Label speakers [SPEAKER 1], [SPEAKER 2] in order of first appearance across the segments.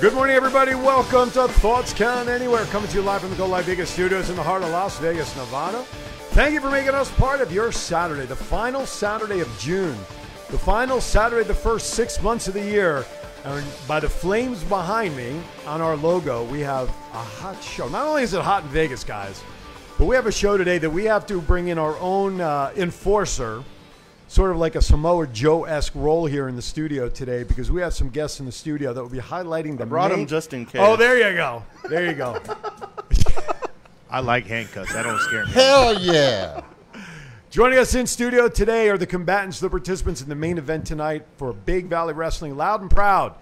[SPEAKER 1] Good morning, everybody. Welcome to Thoughts Can Anywhere, coming to you live from the Go Live Vegas studios in the heart of Las Vegas, Nevada. Thank you for making us part of your Saturday, the final Saturday of June, the final Saturday of the first six months of the year. And by the flames behind me on our logo, we have a hot show. Not only is it hot in Vegas, guys, but we have a show today that we have to bring in our own uh, enforcer sort of like a Samoa Joe esque role here in the studio today because we have some guests in the studio that will be highlighting the.
[SPEAKER 2] brought 'em
[SPEAKER 1] main-
[SPEAKER 2] just in case.
[SPEAKER 1] Oh, there you go. There you go.
[SPEAKER 2] I like handcuffs. That don't scare me.
[SPEAKER 3] Hell yeah.
[SPEAKER 1] Joining us in studio today are the combatants, the participants in the main event tonight for Big Valley Wrestling Loud and Proud.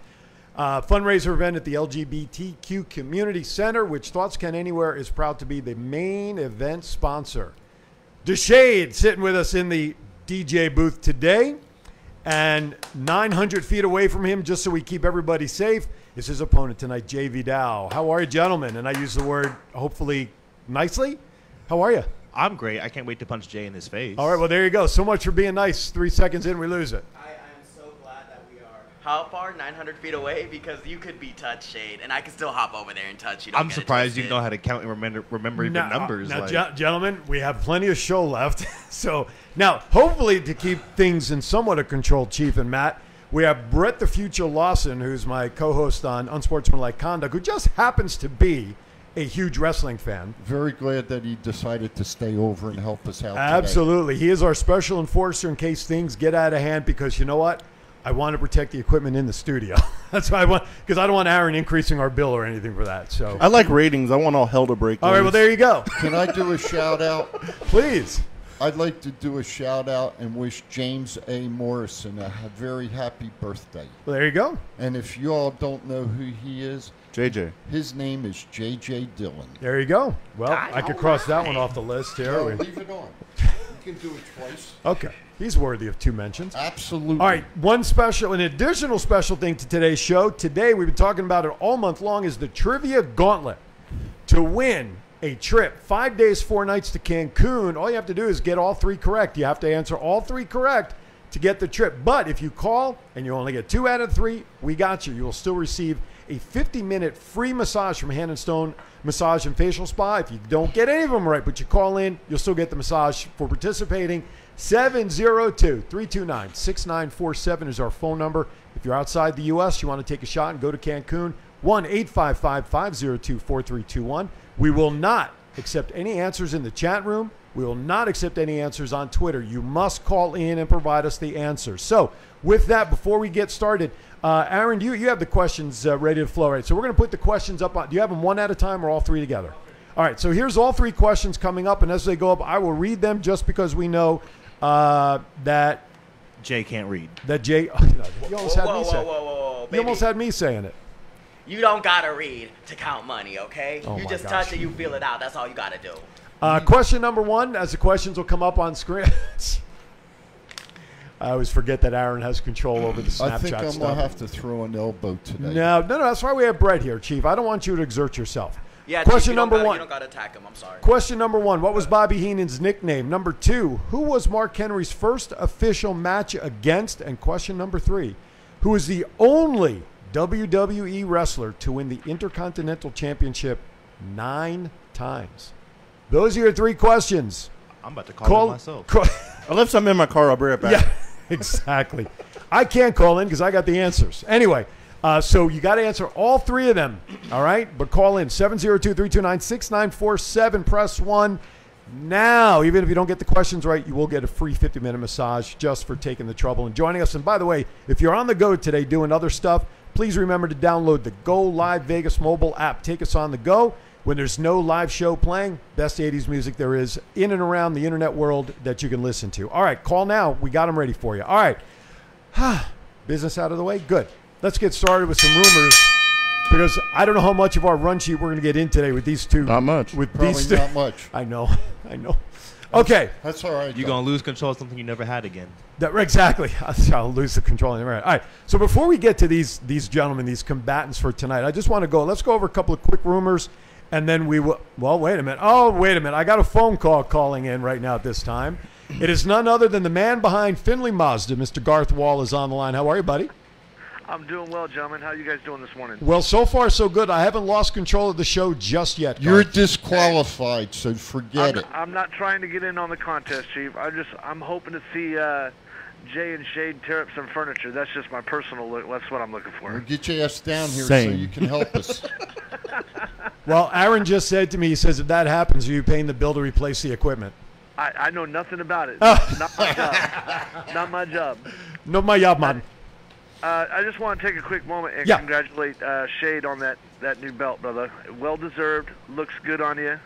[SPEAKER 1] Uh, fundraiser event at the LGBTQ Community Center, which Thoughts Can Anywhere is proud to be the main event sponsor. DeShade sitting with us in the DJ booth today. And 900 feet away from him, just so we keep everybody safe, is his opponent tonight, JV Dow. How are you, gentlemen? And I use the word hopefully nicely. How are you?
[SPEAKER 2] I'm great. I can't wait to punch Jay in his face.
[SPEAKER 1] All right, well, there you go. So much for being nice. Three seconds in, we lose it.
[SPEAKER 4] I, I am so glad that we are. How far? 900 feet away? Because you could be touch shade, and I can still hop over there and touch you. Don't
[SPEAKER 2] I'm
[SPEAKER 4] get it
[SPEAKER 2] surprised you
[SPEAKER 4] twisted.
[SPEAKER 2] know how to count and remember, remember even
[SPEAKER 1] Now-
[SPEAKER 2] numbers.
[SPEAKER 1] Now,
[SPEAKER 2] like,
[SPEAKER 1] gen- gentlemen, we have plenty of show left. so now, hopefully, to keep things in somewhat of control, Chief and Matt, we have Brett the Future Lawson, who's my co-host on Unsportsmanlike Conduct, who just happens to be a huge wrestling fan.
[SPEAKER 3] Very glad that he decided to stay over and help us out. Today.
[SPEAKER 1] Absolutely, he is our special enforcer in case things get out of hand. Because you know what, I want to protect the equipment in the studio. That's why I want because I don't want Aaron increasing our bill or anything for that. So.
[SPEAKER 2] I like ratings. I want all hell to break
[SPEAKER 1] all right, well, there you go.
[SPEAKER 3] Can I do a shout out?
[SPEAKER 1] Please.
[SPEAKER 3] I'd like to do a shout out and wish James A. Morrison a ha- very happy birthday.
[SPEAKER 1] Well, there you go.
[SPEAKER 3] And if you all don't know who he is,
[SPEAKER 2] JJ.
[SPEAKER 3] his name is J.J. Dillon.
[SPEAKER 1] There you go. Well, I could cross that one off the list here.
[SPEAKER 3] No,
[SPEAKER 1] We-
[SPEAKER 3] leave it on. You can do it twice.
[SPEAKER 1] Okay. He's worthy of two mentions.
[SPEAKER 3] Absolutely.
[SPEAKER 1] All right, one special, an additional special thing to today's show. Today, we've been talking about it all month long, is the trivia gauntlet. To win a trip, five days, four nights to Cancun, all you have to do is get all three correct. You have to answer all three correct to get the trip. But if you call and you only get two out of three, we got you. You will still receive a 50 minute free massage from Hand and Stone Massage and Facial Spa. If you don't get any of them right, but you call in, you'll still get the massage for participating. 702 329 6947 is our phone number. If you're outside the U.S., you want to take a shot and go to Cancun, 1 855 502 4321. We will not accept any answers in the chat room. We will not accept any answers on Twitter. You must call in and provide us the answers. So, with that, before we get started, uh, Aaron, you, you have the questions uh, ready to flow, right? So, we're going to put the questions up on. Do you have them one at a time or all three together? All right, so here's all three questions coming up, and as they go up, I will read them just because we know uh, that
[SPEAKER 2] Jay can't read.
[SPEAKER 1] that Jay. you almost had me
[SPEAKER 4] Whoa, whoa, whoa, whoa,
[SPEAKER 1] saying.
[SPEAKER 4] whoa, whoa,
[SPEAKER 1] You
[SPEAKER 4] baby.
[SPEAKER 1] almost had me saying it.
[SPEAKER 4] You don't gotta read to count money, okay?
[SPEAKER 1] Oh
[SPEAKER 4] you
[SPEAKER 1] my
[SPEAKER 4] just
[SPEAKER 1] gosh.
[SPEAKER 4] touch it, you feel it out. That's all you gotta do.
[SPEAKER 1] Uh, question number one, as the questions will come up on screen. I always forget that Aaron has control over the Snapchat
[SPEAKER 3] I think I'm
[SPEAKER 1] stuff.
[SPEAKER 3] going to have to throw an elbow today.
[SPEAKER 1] no, no, no. That's why we have Brett here, Chief. I don't want you to exert yourself.
[SPEAKER 4] Yeah. Chief,
[SPEAKER 1] Question
[SPEAKER 4] you don't
[SPEAKER 1] number
[SPEAKER 4] gotta-
[SPEAKER 1] one.
[SPEAKER 4] You don't gotta attack him. I'm sorry.
[SPEAKER 1] Question number one. What was Bobby Heenan's nickname? Number two. Who was Mark Henry's first official match against? And question number three. Who is the only WWE wrestler to win the Intercontinental Championship nine times? Those are your three questions.
[SPEAKER 2] I'm about to call,
[SPEAKER 1] Call
[SPEAKER 2] him myself.
[SPEAKER 1] call-
[SPEAKER 2] I left some in my car. I'll bring it back.
[SPEAKER 1] Yeah, exactly. I can't call in because I got the answers. Anyway, uh, so you got to answer all three of them, all right? But call in 702 329 6947, press 1. Now, even if you don't get the questions right, you will get a free 50 minute massage just for taking the trouble and joining us. And by the way, if you're on the go today doing other stuff, please remember to download the Go Live Vegas mobile app. Take us on the go. When there's no live show playing, best 80s music there is in and around the internet world that you can listen to. All right, call now. We got them ready for you. All right. Business out of the way? Good. Let's get started with some rumors because I don't know how much of our run sheet we're going to get in today with these two.
[SPEAKER 5] Not much.
[SPEAKER 1] With
[SPEAKER 3] Probably
[SPEAKER 1] these two.
[SPEAKER 3] not much.
[SPEAKER 1] I know. I know. Okay.
[SPEAKER 3] That's all right.
[SPEAKER 2] You're
[SPEAKER 3] though.
[SPEAKER 2] going to lose control of something you never had again.
[SPEAKER 1] That, exactly. I'll lose the control in a minute. All right. So before we get to these these gentlemen, these combatants for tonight, I just want to go. Let's go over a couple of quick rumors, and then we will. Well, wait a minute. Oh, wait a minute. I got a phone call calling in right now at this time. It is none other than the man behind Finley Mazda, Mr. Garth Wall, is on the line. How are you, buddy?
[SPEAKER 5] I'm doing well, gentlemen. How you guys doing this morning?
[SPEAKER 1] Well, so far so good. I haven't lost control of the show just yet. Gar.
[SPEAKER 3] You're disqualified, so forget
[SPEAKER 5] I'm,
[SPEAKER 3] it.
[SPEAKER 5] I'm not trying to get in on the contest, Chief. I just I'm hoping to see uh, Jay and Shade tear up some furniture. That's just my personal look. That's what I'm looking
[SPEAKER 3] We'll
[SPEAKER 5] for.
[SPEAKER 3] get your ass down here so
[SPEAKER 2] Same.
[SPEAKER 3] you can help us.
[SPEAKER 1] well, Aaron just said to me, he says, if that happens, are you paying the bill to replace the equipment?
[SPEAKER 5] I, I know nothing about it.
[SPEAKER 1] Oh.
[SPEAKER 5] not my job. Not my job.
[SPEAKER 1] No, my job, man.
[SPEAKER 5] Uh, I just want to take a quick moment and
[SPEAKER 1] Yeah.
[SPEAKER 5] congratulate uh, Shade on that, that new belt, brother. Well deserved. Looks good on you.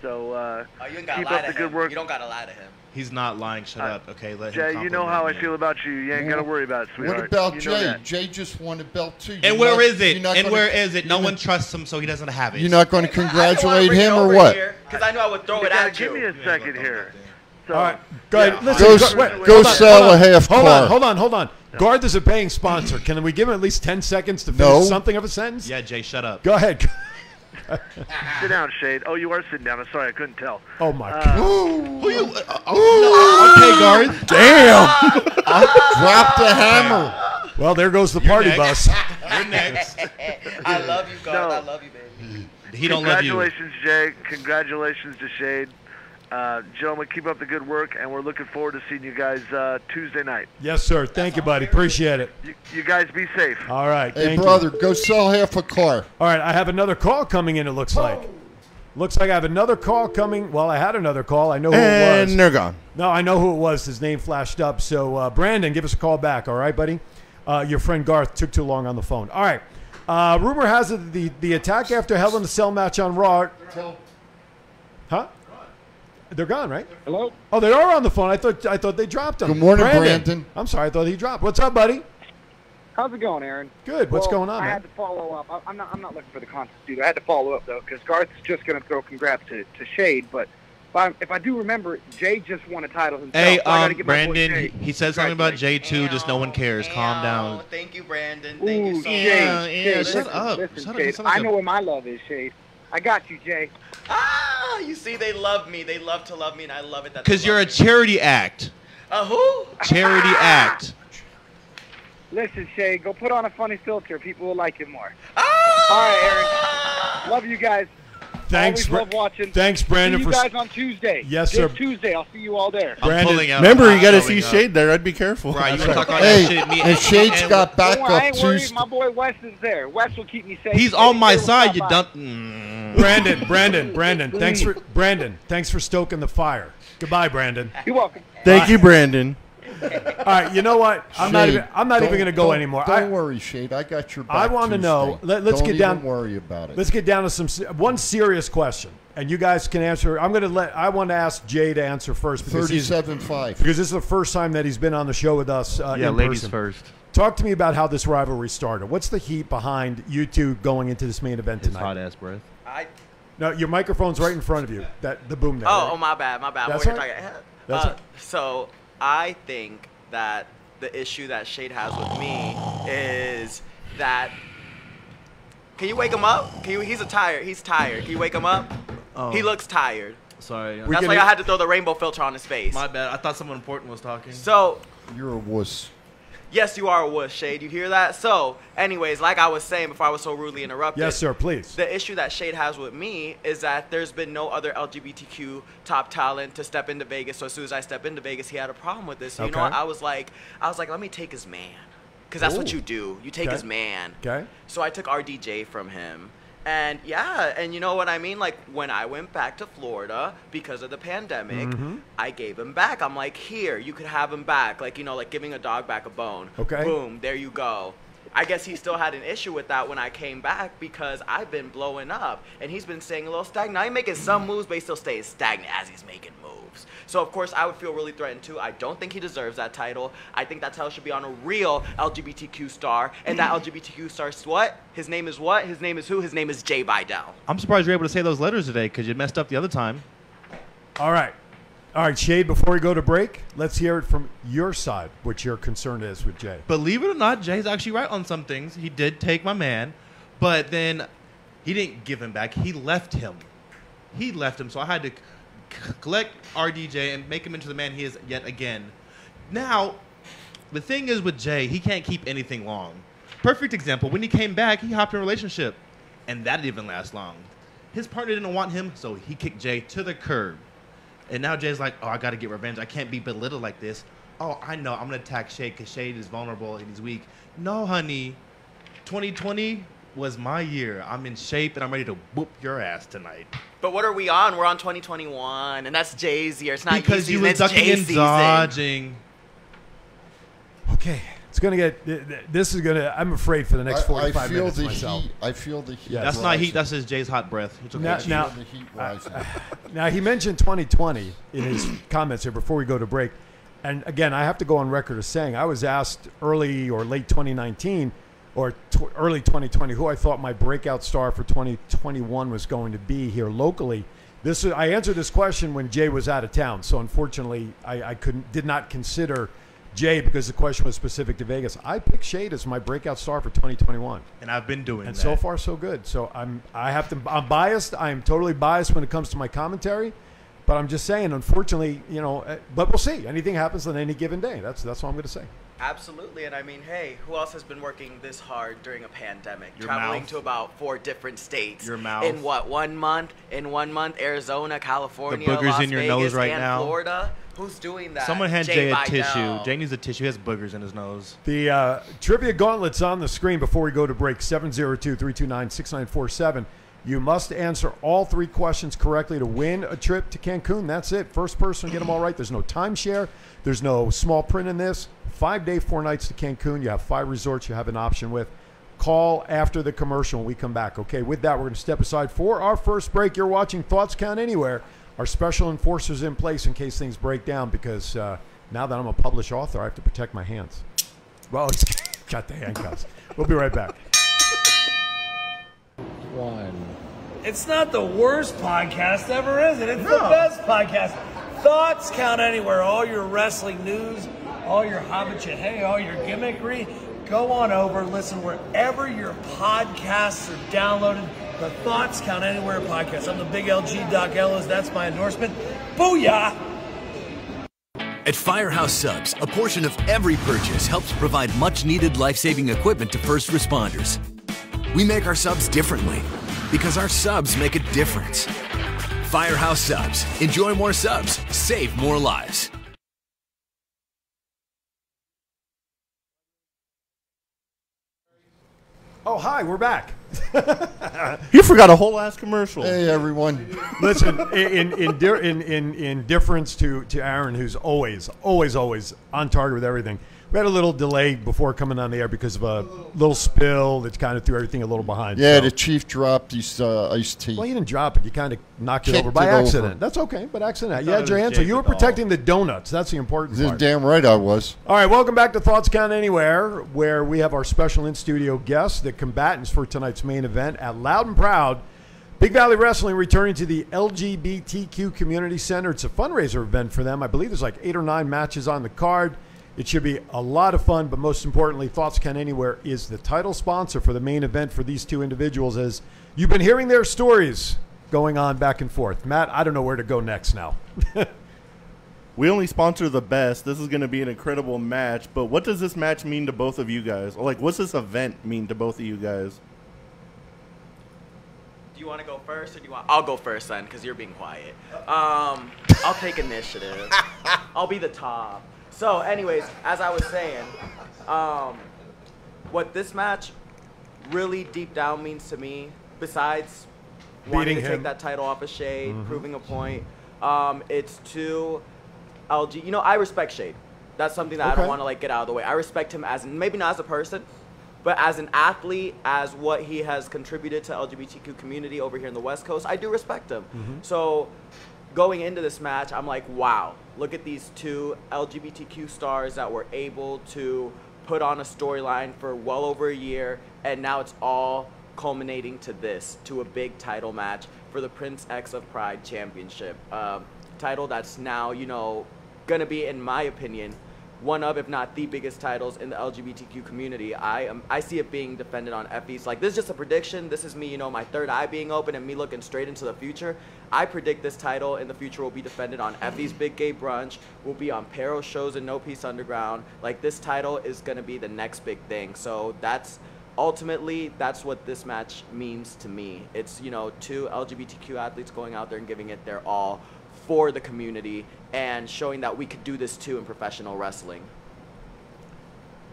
[SPEAKER 5] So uh,
[SPEAKER 4] Oh, you ain't gotta
[SPEAKER 5] keep
[SPEAKER 4] lie
[SPEAKER 5] up
[SPEAKER 4] to
[SPEAKER 5] the
[SPEAKER 4] him.
[SPEAKER 5] good work.
[SPEAKER 4] You don't gotta lie to him.
[SPEAKER 2] He's not lying. Shut up. Okay, let him
[SPEAKER 5] Jay, you know how I
[SPEAKER 2] compliment
[SPEAKER 5] feel about you. You ain't got to worry about it, sweetheart.
[SPEAKER 3] what about
[SPEAKER 5] you know
[SPEAKER 3] Jay?
[SPEAKER 5] that.
[SPEAKER 3] Jay just won a belt too.
[SPEAKER 2] me. And
[SPEAKER 3] You're
[SPEAKER 2] where
[SPEAKER 3] not-
[SPEAKER 2] is it?
[SPEAKER 3] you're
[SPEAKER 2] And
[SPEAKER 3] not gonna-
[SPEAKER 2] where is it? No
[SPEAKER 3] you're
[SPEAKER 2] one
[SPEAKER 3] not-
[SPEAKER 2] trusts him, so he doesn't have it.
[SPEAKER 3] You're not going to congratulate him or what?
[SPEAKER 4] Because I knew I would throw
[SPEAKER 5] You
[SPEAKER 4] it
[SPEAKER 5] gotta
[SPEAKER 4] at
[SPEAKER 5] give me
[SPEAKER 4] you.
[SPEAKER 5] a second here. So,
[SPEAKER 1] All right, go ahead.
[SPEAKER 5] Yeah.
[SPEAKER 1] Listen,
[SPEAKER 3] Go,
[SPEAKER 1] go-
[SPEAKER 3] s-
[SPEAKER 1] wait,
[SPEAKER 3] go
[SPEAKER 1] hold on,
[SPEAKER 3] sell
[SPEAKER 1] hold on.
[SPEAKER 3] a half
[SPEAKER 1] Hold
[SPEAKER 3] car.
[SPEAKER 1] on, hold on, hold on. Garth is a paying sponsor. Can we give him at least 10 seconds to finish
[SPEAKER 3] No.
[SPEAKER 1] something of a sentence?
[SPEAKER 2] Yeah, Jay, shut up.
[SPEAKER 1] Go ahead.
[SPEAKER 5] Sit down, Shade. Oh, you are sitting down. I'm sorry, I couldn't tell. Uh,
[SPEAKER 1] Oh, my God.
[SPEAKER 2] Who you? uh, oh, no, okay, Garth.
[SPEAKER 3] Damn! Drop the hammer.
[SPEAKER 1] Well, there goes the party
[SPEAKER 2] next.
[SPEAKER 1] bus.
[SPEAKER 2] You're next.
[SPEAKER 4] I love you, God.
[SPEAKER 5] No.
[SPEAKER 4] I love you, baby.
[SPEAKER 2] He don't love you.
[SPEAKER 5] Congratulations, Jay. Congratulations to Shade. Uh, gentlemen, keep up the good work, and we're looking forward to seeing you guys uh, Tuesday night.
[SPEAKER 1] Yes, sir. Thank you, buddy. Appreciate it.
[SPEAKER 5] You, you guys be safe.
[SPEAKER 1] All right.
[SPEAKER 3] Hey,
[SPEAKER 1] thank you.
[SPEAKER 3] brother, go sell half a car.
[SPEAKER 1] All right, I have another call coming in, it looks like. Looks like I have another call coming. Well, I had another call. I know who it was.
[SPEAKER 2] they're gone.
[SPEAKER 1] No, I know who it was. His name flashed up. So, uh, Brandon, give us a call back, all right, buddy? Uh, your friend Garth took too long on the phone. All right. Uh, rumor has it that the, the attack after Hell in a Cell match on Raw. Huh? They're gone, right?
[SPEAKER 6] Hello?
[SPEAKER 1] Oh, they are on the phone. I thought I thought they dropped him.
[SPEAKER 3] Good morning, Brandon.
[SPEAKER 1] I'm sorry, I thought he dropped. What's up, buddy?
[SPEAKER 6] How's it going, Aaron?
[SPEAKER 1] Good. What's
[SPEAKER 6] Well,
[SPEAKER 1] going on,
[SPEAKER 6] I
[SPEAKER 1] man?
[SPEAKER 6] had to follow up. I, I'm not. I'm not looking for the contest, dude. I had to follow up though, because Garth's just going to throw congrats to, to Shade. But if I, if I do remember, Jay just won a title himself.
[SPEAKER 2] Hey,
[SPEAKER 6] so I gotta
[SPEAKER 2] um,
[SPEAKER 6] give my boy
[SPEAKER 2] Brandon,
[SPEAKER 6] Jay-
[SPEAKER 2] he- he said something about J two. Just no one cares. Calm
[SPEAKER 4] Ow,
[SPEAKER 2] down.
[SPEAKER 4] Thank you, Brandon.
[SPEAKER 6] Ooh,
[SPEAKER 4] Thank you so
[SPEAKER 6] Shade,
[SPEAKER 4] much.
[SPEAKER 2] Yeah,
[SPEAKER 6] Shade,
[SPEAKER 2] yeah, shut
[SPEAKER 6] listen,
[SPEAKER 2] up.
[SPEAKER 6] Listen,
[SPEAKER 2] Shut up, you
[SPEAKER 6] Shade.
[SPEAKER 2] sound like
[SPEAKER 6] I know
[SPEAKER 2] a-
[SPEAKER 6] where my love is, Shade. I got you, Jay.
[SPEAKER 4] Ah, you see, they love me. They love to love me, and I love it. that they
[SPEAKER 2] Because you're a
[SPEAKER 4] love me.
[SPEAKER 2] charity act.
[SPEAKER 4] a who?
[SPEAKER 2] Charity act.
[SPEAKER 6] Listen, Shade, go put on a funny filter. People will like you more.
[SPEAKER 4] Ah!
[SPEAKER 6] All right, Aaron. Love you guys.
[SPEAKER 1] Thanks,
[SPEAKER 6] Always
[SPEAKER 1] Bra-
[SPEAKER 6] love watching.
[SPEAKER 1] thanks, Brandon,
[SPEAKER 6] See
[SPEAKER 1] for
[SPEAKER 6] you
[SPEAKER 1] s-
[SPEAKER 6] guys on Tuesday.
[SPEAKER 1] Yes,
[SPEAKER 6] This
[SPEAKER 1] sir.
[SPEAKER 6] Tuesday, I'll see you all there.
[SPEAKER 2] I'm
[SPEAKER 1] Brandon-
[SPEAKER 2] pulling out.
[SPEAKER 7] Remember,
[SPEAKER 2] I'm
[SPEAKER 7] you got to see
[SPEAKER 2] pulling up.
[SPEAKER 7] Shade there. I'd be careful.
[SPEAKER 2] uh, Right, you gonna talk all that
[SPEAKER 3] Hey,
[SPEAKER 2] shit? Me
[SPEAKER 3] and Shade's
[SPEAKER 2] and-
[SPEAKER 6] Don't
[SPEAKER 3] got back
[SPEAKER 6] worry, I
[SPEAKER 3] up
[SPEAKER 6] ain't worried.
[SPEAKER 3] Tuesday.
[SPEAKER 6] My boy Wes is there. Wes will keep me safe.
[SPEAKER 2] He's
[SPEAKER 6] He
[SPEAKER 2] on
[SPEAKER 6] will
[SPEAKER 2] my
[SPEAKER 6] stop
[SPEAKER 2] side. You
[SPEAKER 6] by.
[SPEAKER 2] dump. Mm.
[SPEAKER 1] Brandon, Brandon, Brandon. Thanks for Brandon. Thanks for stoking the fire. Goodbye, Brandon.
[SPEAKER 6] You're welcome.
[SPEAKER 7] Thank you, Brandon.
[SPEAKER 1] All right, you know what? I'm not
[SPEAKER 3] Shade,
[SPEAKER 1] even. I'm not even
[SPEAKER 3] don't-
[SPEAKER 1] going to go
[SPEAKER 3] don't-
[SPEAKER 1] anymore.
[SPEAKER 3] Don't
[SPEAKER 1] I-
[SPEAKER 3] worry, Shade. I got your back.
[SPEAKER 1] I wanna know.
[SPEAKER 3] Tuesday.
[SPEAKER 1] Let- let's
[SPEAKER 3] Don't
[SPEAKER 1] get
[SPEAKER 3] even
[SPEAKER 1] down-
[SPEAKER 3] Worry about it.
[SPEAKER 1] Let's get down to some se- one serious question, and you guys can answer. I'm going to let. I want to ask Jay to answer first because he's,
[SPEAKER 3] Thirty-seven five.
[SPEAKER 1] because this is the first time that he's been on the show with us. Uh, in person.
[SPEAKER 2] first.
[SPEAKER 1] Talk to me about how this rivalry started. What's the heat behind you two going into this main event tonight?
[SPEAKER 2] ass breath.
[SPEAKER 4] I,
[SPEAKER 1] No, your microphone's right in front of you. That the boom there.
[SPEAKER 4] oh, oh,
[SPEAKER 1] right?
[SPEAKER 4] my bad, my bad.
[SPEAKER 1] That's
[SPEAKER 4] We're
[SPEAKER 1] all right.
[SPEAKER 4] talking.
[SPEAKER 1] That's
[SPEAKER 4] uh,
[SPEAKER 1] all right.
[SPEAKER 4] So I think that the issue that Shade has with me is that. Can you wake him up? Can you? He's a tired. He's tired. Can you wake him up? He looks tired.
[SPEAKER 2] Sorry.
[SPEAKER 1] Oh. We
[SPEAKER 4] That's
[SPEAKER 1] can- e-
[SPEAKER 4] why I had to throw the rainbow filter on his face.
[SPEAKER 2] My bad. I thought someone important was talking.
[SPEAKER 4] So
[SPEAKER 3] You're a wuss.
[SPEAKER 4] Yes, you are a wuss, Shade. You hear that? So, anyways, like I was saying before I was so rudely interrupted.
[SPEAKER 1] yes, sir. Please.
[SPEAKER 4] The issue that Shade has with me is that there's been no other LGBTQ top talent to step into Vegas. So as soon as I step into Vegas, he had a problem with this. So you know
[SPEAKER 1] Okay.
[SPEAKER 4] what? I was like, I was like, let me take his man, because that's what
[SPEAKER 1] Ooh.
[SPEAKER 4] you do. You take
[SPEAKER 1] Okay.
[SPEAKER 4] his man.
[SPEAKER 1] Okay.
[SPEAKER 4] So I took RDJ from him. And yeah, and you know what I mean? Like when I went back to Florida because of the pandemic,
[SPEAKER 8] Mm-hmm.
[SPEAKER 4] I gave him back. I'm like, here, you could have him back. Like, you know, like giving a dog back a bone.
[SPEAKER 1] Okay.
[SPEAKER 4] Boom, there you go. I guess he still had an issue with that when I came back because I've been blowing up and he's been staying a little stagnant. He's making some moves, but he's still staying stagnant as he's making moves. So of course I would feel really threatened too. I don't think he deserves that title. I think that title should be on a real LGBTQ star. And that LGBTQ star's what? His name is what? His name is who? His name is Jay Bidell.
[SPEAKER 2] I'm surprised you're able to say those letters today because you messed up the other time.
[SPEAKER 1] All right. All right, Shade, before we go to break, let's hear it from your side, what your concern is with Jay.
[SPEAKER 2] Believe it or not, Jay's actually right on some things. He did take my man, but then he didn't give him back. He left him. He left him. So I had to c- c- collect RDJ and make him into the man he is yet again. Now, the thing is with Jay, he can't keep anything long. Perfect example. When he came back, he hopped in a relationship, and that didn't even last long. His partner didn't want him, so he kicked Jay to the curb. And now Jay's like, oh, I got to get revenge. I can't be belittled like this. Oh, I know. I'm going to attack Shade because Shade is vulnerable and he's weak. No, honey. 2020 was my year. I'm in shape and I'm ready to whoop your ass tonight.
[SPEAKER 4] But what are we on? We're on 2021, and that's Jay's year. It's not
[SPEAKER 2] because
[SPEAKER 4] Yeezy,
[SPEAKER 2] you were
[SPEAKER 4] it's
[SPEAKER 2] ducking
[SPEAKER 4] Jay's
[SPEAKER 2] and
[SPEAKER 4] season.
[SPEAKER 2] dodging.
[SPEAKER 1] Okay, it's gonna get. th- th- This is gonna. I'm afraid for the next
[SPEAKER 3] I, I
[SPEAKER 1] 45
[SPEAKER 3] feel
[SPEAKER 1] minutes
[SPEAKER 3] the
[SPEAKER 1] myself.
[SPEAKER 3] heat. I feel the heat.
[SPEAKER 1] Yeah.
[SPEAKER 2] That's not heat.
[SPEAKER 3] rising.
[SPEAKER 2] That's just Jay's hot breath. It's okay.
[SPEAKER 1] Now-
[SPEAKER 3] I
[SPEAKER 1] now-
[SPEAKER 3] feel the heat rising.
[SPEAKER 1] Now he mentioned 2020 in his comments here before we go to break, and again, I have to go on record as saying I was asked early or late 2019 or tw early 2020 who I thought my breakout star for 2021 was going to be here locally. This is, I answered this question when Jay was out of town, so unfortunately I, I couldn't did not consider Jay because the question was specific to Vegas. I picked Shade as my breakout star for 2021
[SPEAKER 2] and I've been doing
[SPEAKER 1] and
[SPEAKER 2] that.
[SPEAKER 1] so far so good. So I'm I have to I'm biased. I'm totally biased when it comes to my commentary, but I'm just saying. Unfortunately, you know, eh, but we'll see. Anything happens on any given day. That's that's all I'm going to say.
[SPEAKER 4] Absolutely, and I mean, hey, who else has been working this hard during a pandemic?
[SPEAKER 2] Your
[SPEAKER 4] Traveling
[SPEAKER 2] mouth.
[SPEAKER 4] to about four different states.
[SPEAKER 2] Your mouth.
[SPEAKER 4] In what one month? In one month, Arizona, California,
[SPEAKER 2] boogers
[SPEAKER 4] Las
[SPEAKER 2] in your
[SPEAKER 4] Vegas,
[SPEAKER 2] nose right
[SPEAKER 4] and
[SPEAKER 2] now.
[SPEAKER 4] Florida. Who's doing that?
[SPEAKER 2] Someone hand Jay, a
[SPEAKER 4] Bidell.
[SPEAKER 2] tissue. Jay needs a tissue. He has boogers in his nose.
[SPEAKER 1] The uh, trivia gauntlets on the screen before we go to break 702 329 6947. You must answer all three questions correctly to win a trip to Cancun. That's it. First person to get them all right. There's no timeshare, there's no small print in this. Five day, four nights to Cancun. You have five resorts you have an option with. Call after the commercial when we come back. Okay, with that, we're going to step aside for our first break. You're watching Thoughts Count Anywhere. Our special enforcers in place in case things break down because uh, now that I'm a published author, I have to protect my hands. Well, he's got the handcuffs. We'll be right back.
[SPEAKER 3] One.
[SPEAKER 9] It's not the worst podcast ever, is it? It's the best podcast. Thoughts count anywhere. All your wrestling news, all your hobbitcha hey, all your gimmickry. Go on over, listen wherever your podcasts are downloaded. The Thoughts Count Anywhere podcast. I'm the big LG Doc Ellis. That's my endorsement. Booyah!
[SPEAKER 8] At Firehouse Subs, a portion of every purchase helps provide much needed life saving equipment to first responders. We make our subs differently because our subs make a difference. Firehouse Subs. Enjoy more subs, save more lives.
[SPEAKER 1] Oh, hi, we're back.
[SPEAKER 7] You forgot a whole ass commercial.
[SPEAKER 3] Hey everyone.
[SPEAKER 1] Listen, in in in in, in, in difference to, to Aaron, who's always, always, always on target with everything. We had a little delay before coming on the air because of a little spill that kind of threw everything a little behind.
[SPEAKER 3] Yeah,
[SPEAKER 1] so-
[SPEAKER 3] the chief dropped his uh, iced tea.
[SPEAKER 1] Well, you didn't drop it. You kind of knocked it
[SPEAKER 3] Kicked
[SPEAKER 1] over by
[SPEAKER 3] it over.
[SPEAKER 1] accident. That's okay, but accident.
[SPEAKER 2] it
[SPEAKER 1] Yeah,
[SPEAKER 2] was
[SPEAKER 1] your answer.
[SPEAKER 2] Jake
[SPEAKER 1] You were
[SPEAKER 2] at all.
[SPEAKER 1] protecting the donuts. That's the important
[SPEAKER 3] You're
[SPEAKER 1] part.
[SPEAKER 3] damn right I was.
[SPEAKER 1] All right, welcome back to Thoughts Count Anywhere, where we have our special in studio guests, the combatants for tonight's main event at Loud and Proud. Big Valley Wrestling returning to the LGBTQ Community Center. It's a fundraiser event for them. I believe there's like eight or nine matches on the card. It should be a lot of fun, but most importantly, Thoughts Count Anywhere is the title sponsor for the main event for these two individuals. As you've been hearing their stories going on back and forth. Matt, I don't know where to go next now.
[SPEAKER 7] We only sponsor the best. This is going to be an incredible match. But what does this match mean to both of you guys? Or like, what's this event mean to both of you guys?
[SPEAKER 4] Do you want to go first, or do you want? I'll go first, son, because you're being quiet. Um, I'll take initiative. I'll be the top. So, anyways, as I was saying, um, what this match really deep down means to me, besides
[SPEAKER 1] Beating
[SPEAKER 4] wanting to
[SPEAKER 1] him. Mm-hmm.
[SPEAKER 4] take that title off of Shade, proving a point, um, it's to LG. You know, I respect Shade. That's something that I
[SPEAKER 1] Okay.
[SPEAKER 4] don't want to like get out of the way. I respect him as maybe not as a person, but as an athlete, as what he has contributed to LGBTQ community over here in the West Coast, I do respect him. So going into this match, I'm like, wow, look at these two LGBTQ stars that were able to put on a storyline for well over a year, and now it's all culminating to this, to a big title match for the Prince X of Pride Championship. Um, title that's now, you know, gonna be, in my opinion, one of, if not the biggest titles in the LGBTQ community. I am, I see it being defended on Effie's. Like this is just a prediction. This is me, you know, my third eye being open and me looking straight into the future. I predict this title in the future will be defended on Effie's Big Gay Brunch. Will be on Peril shows and No Peace Underground. Like this title is gonna be the next big thing. So that's ultimately, that's what this match means to me. It's, you know, two LGBTQ athletes going out there and giving it their all for the community and showing that we could do this too in professional wrestling.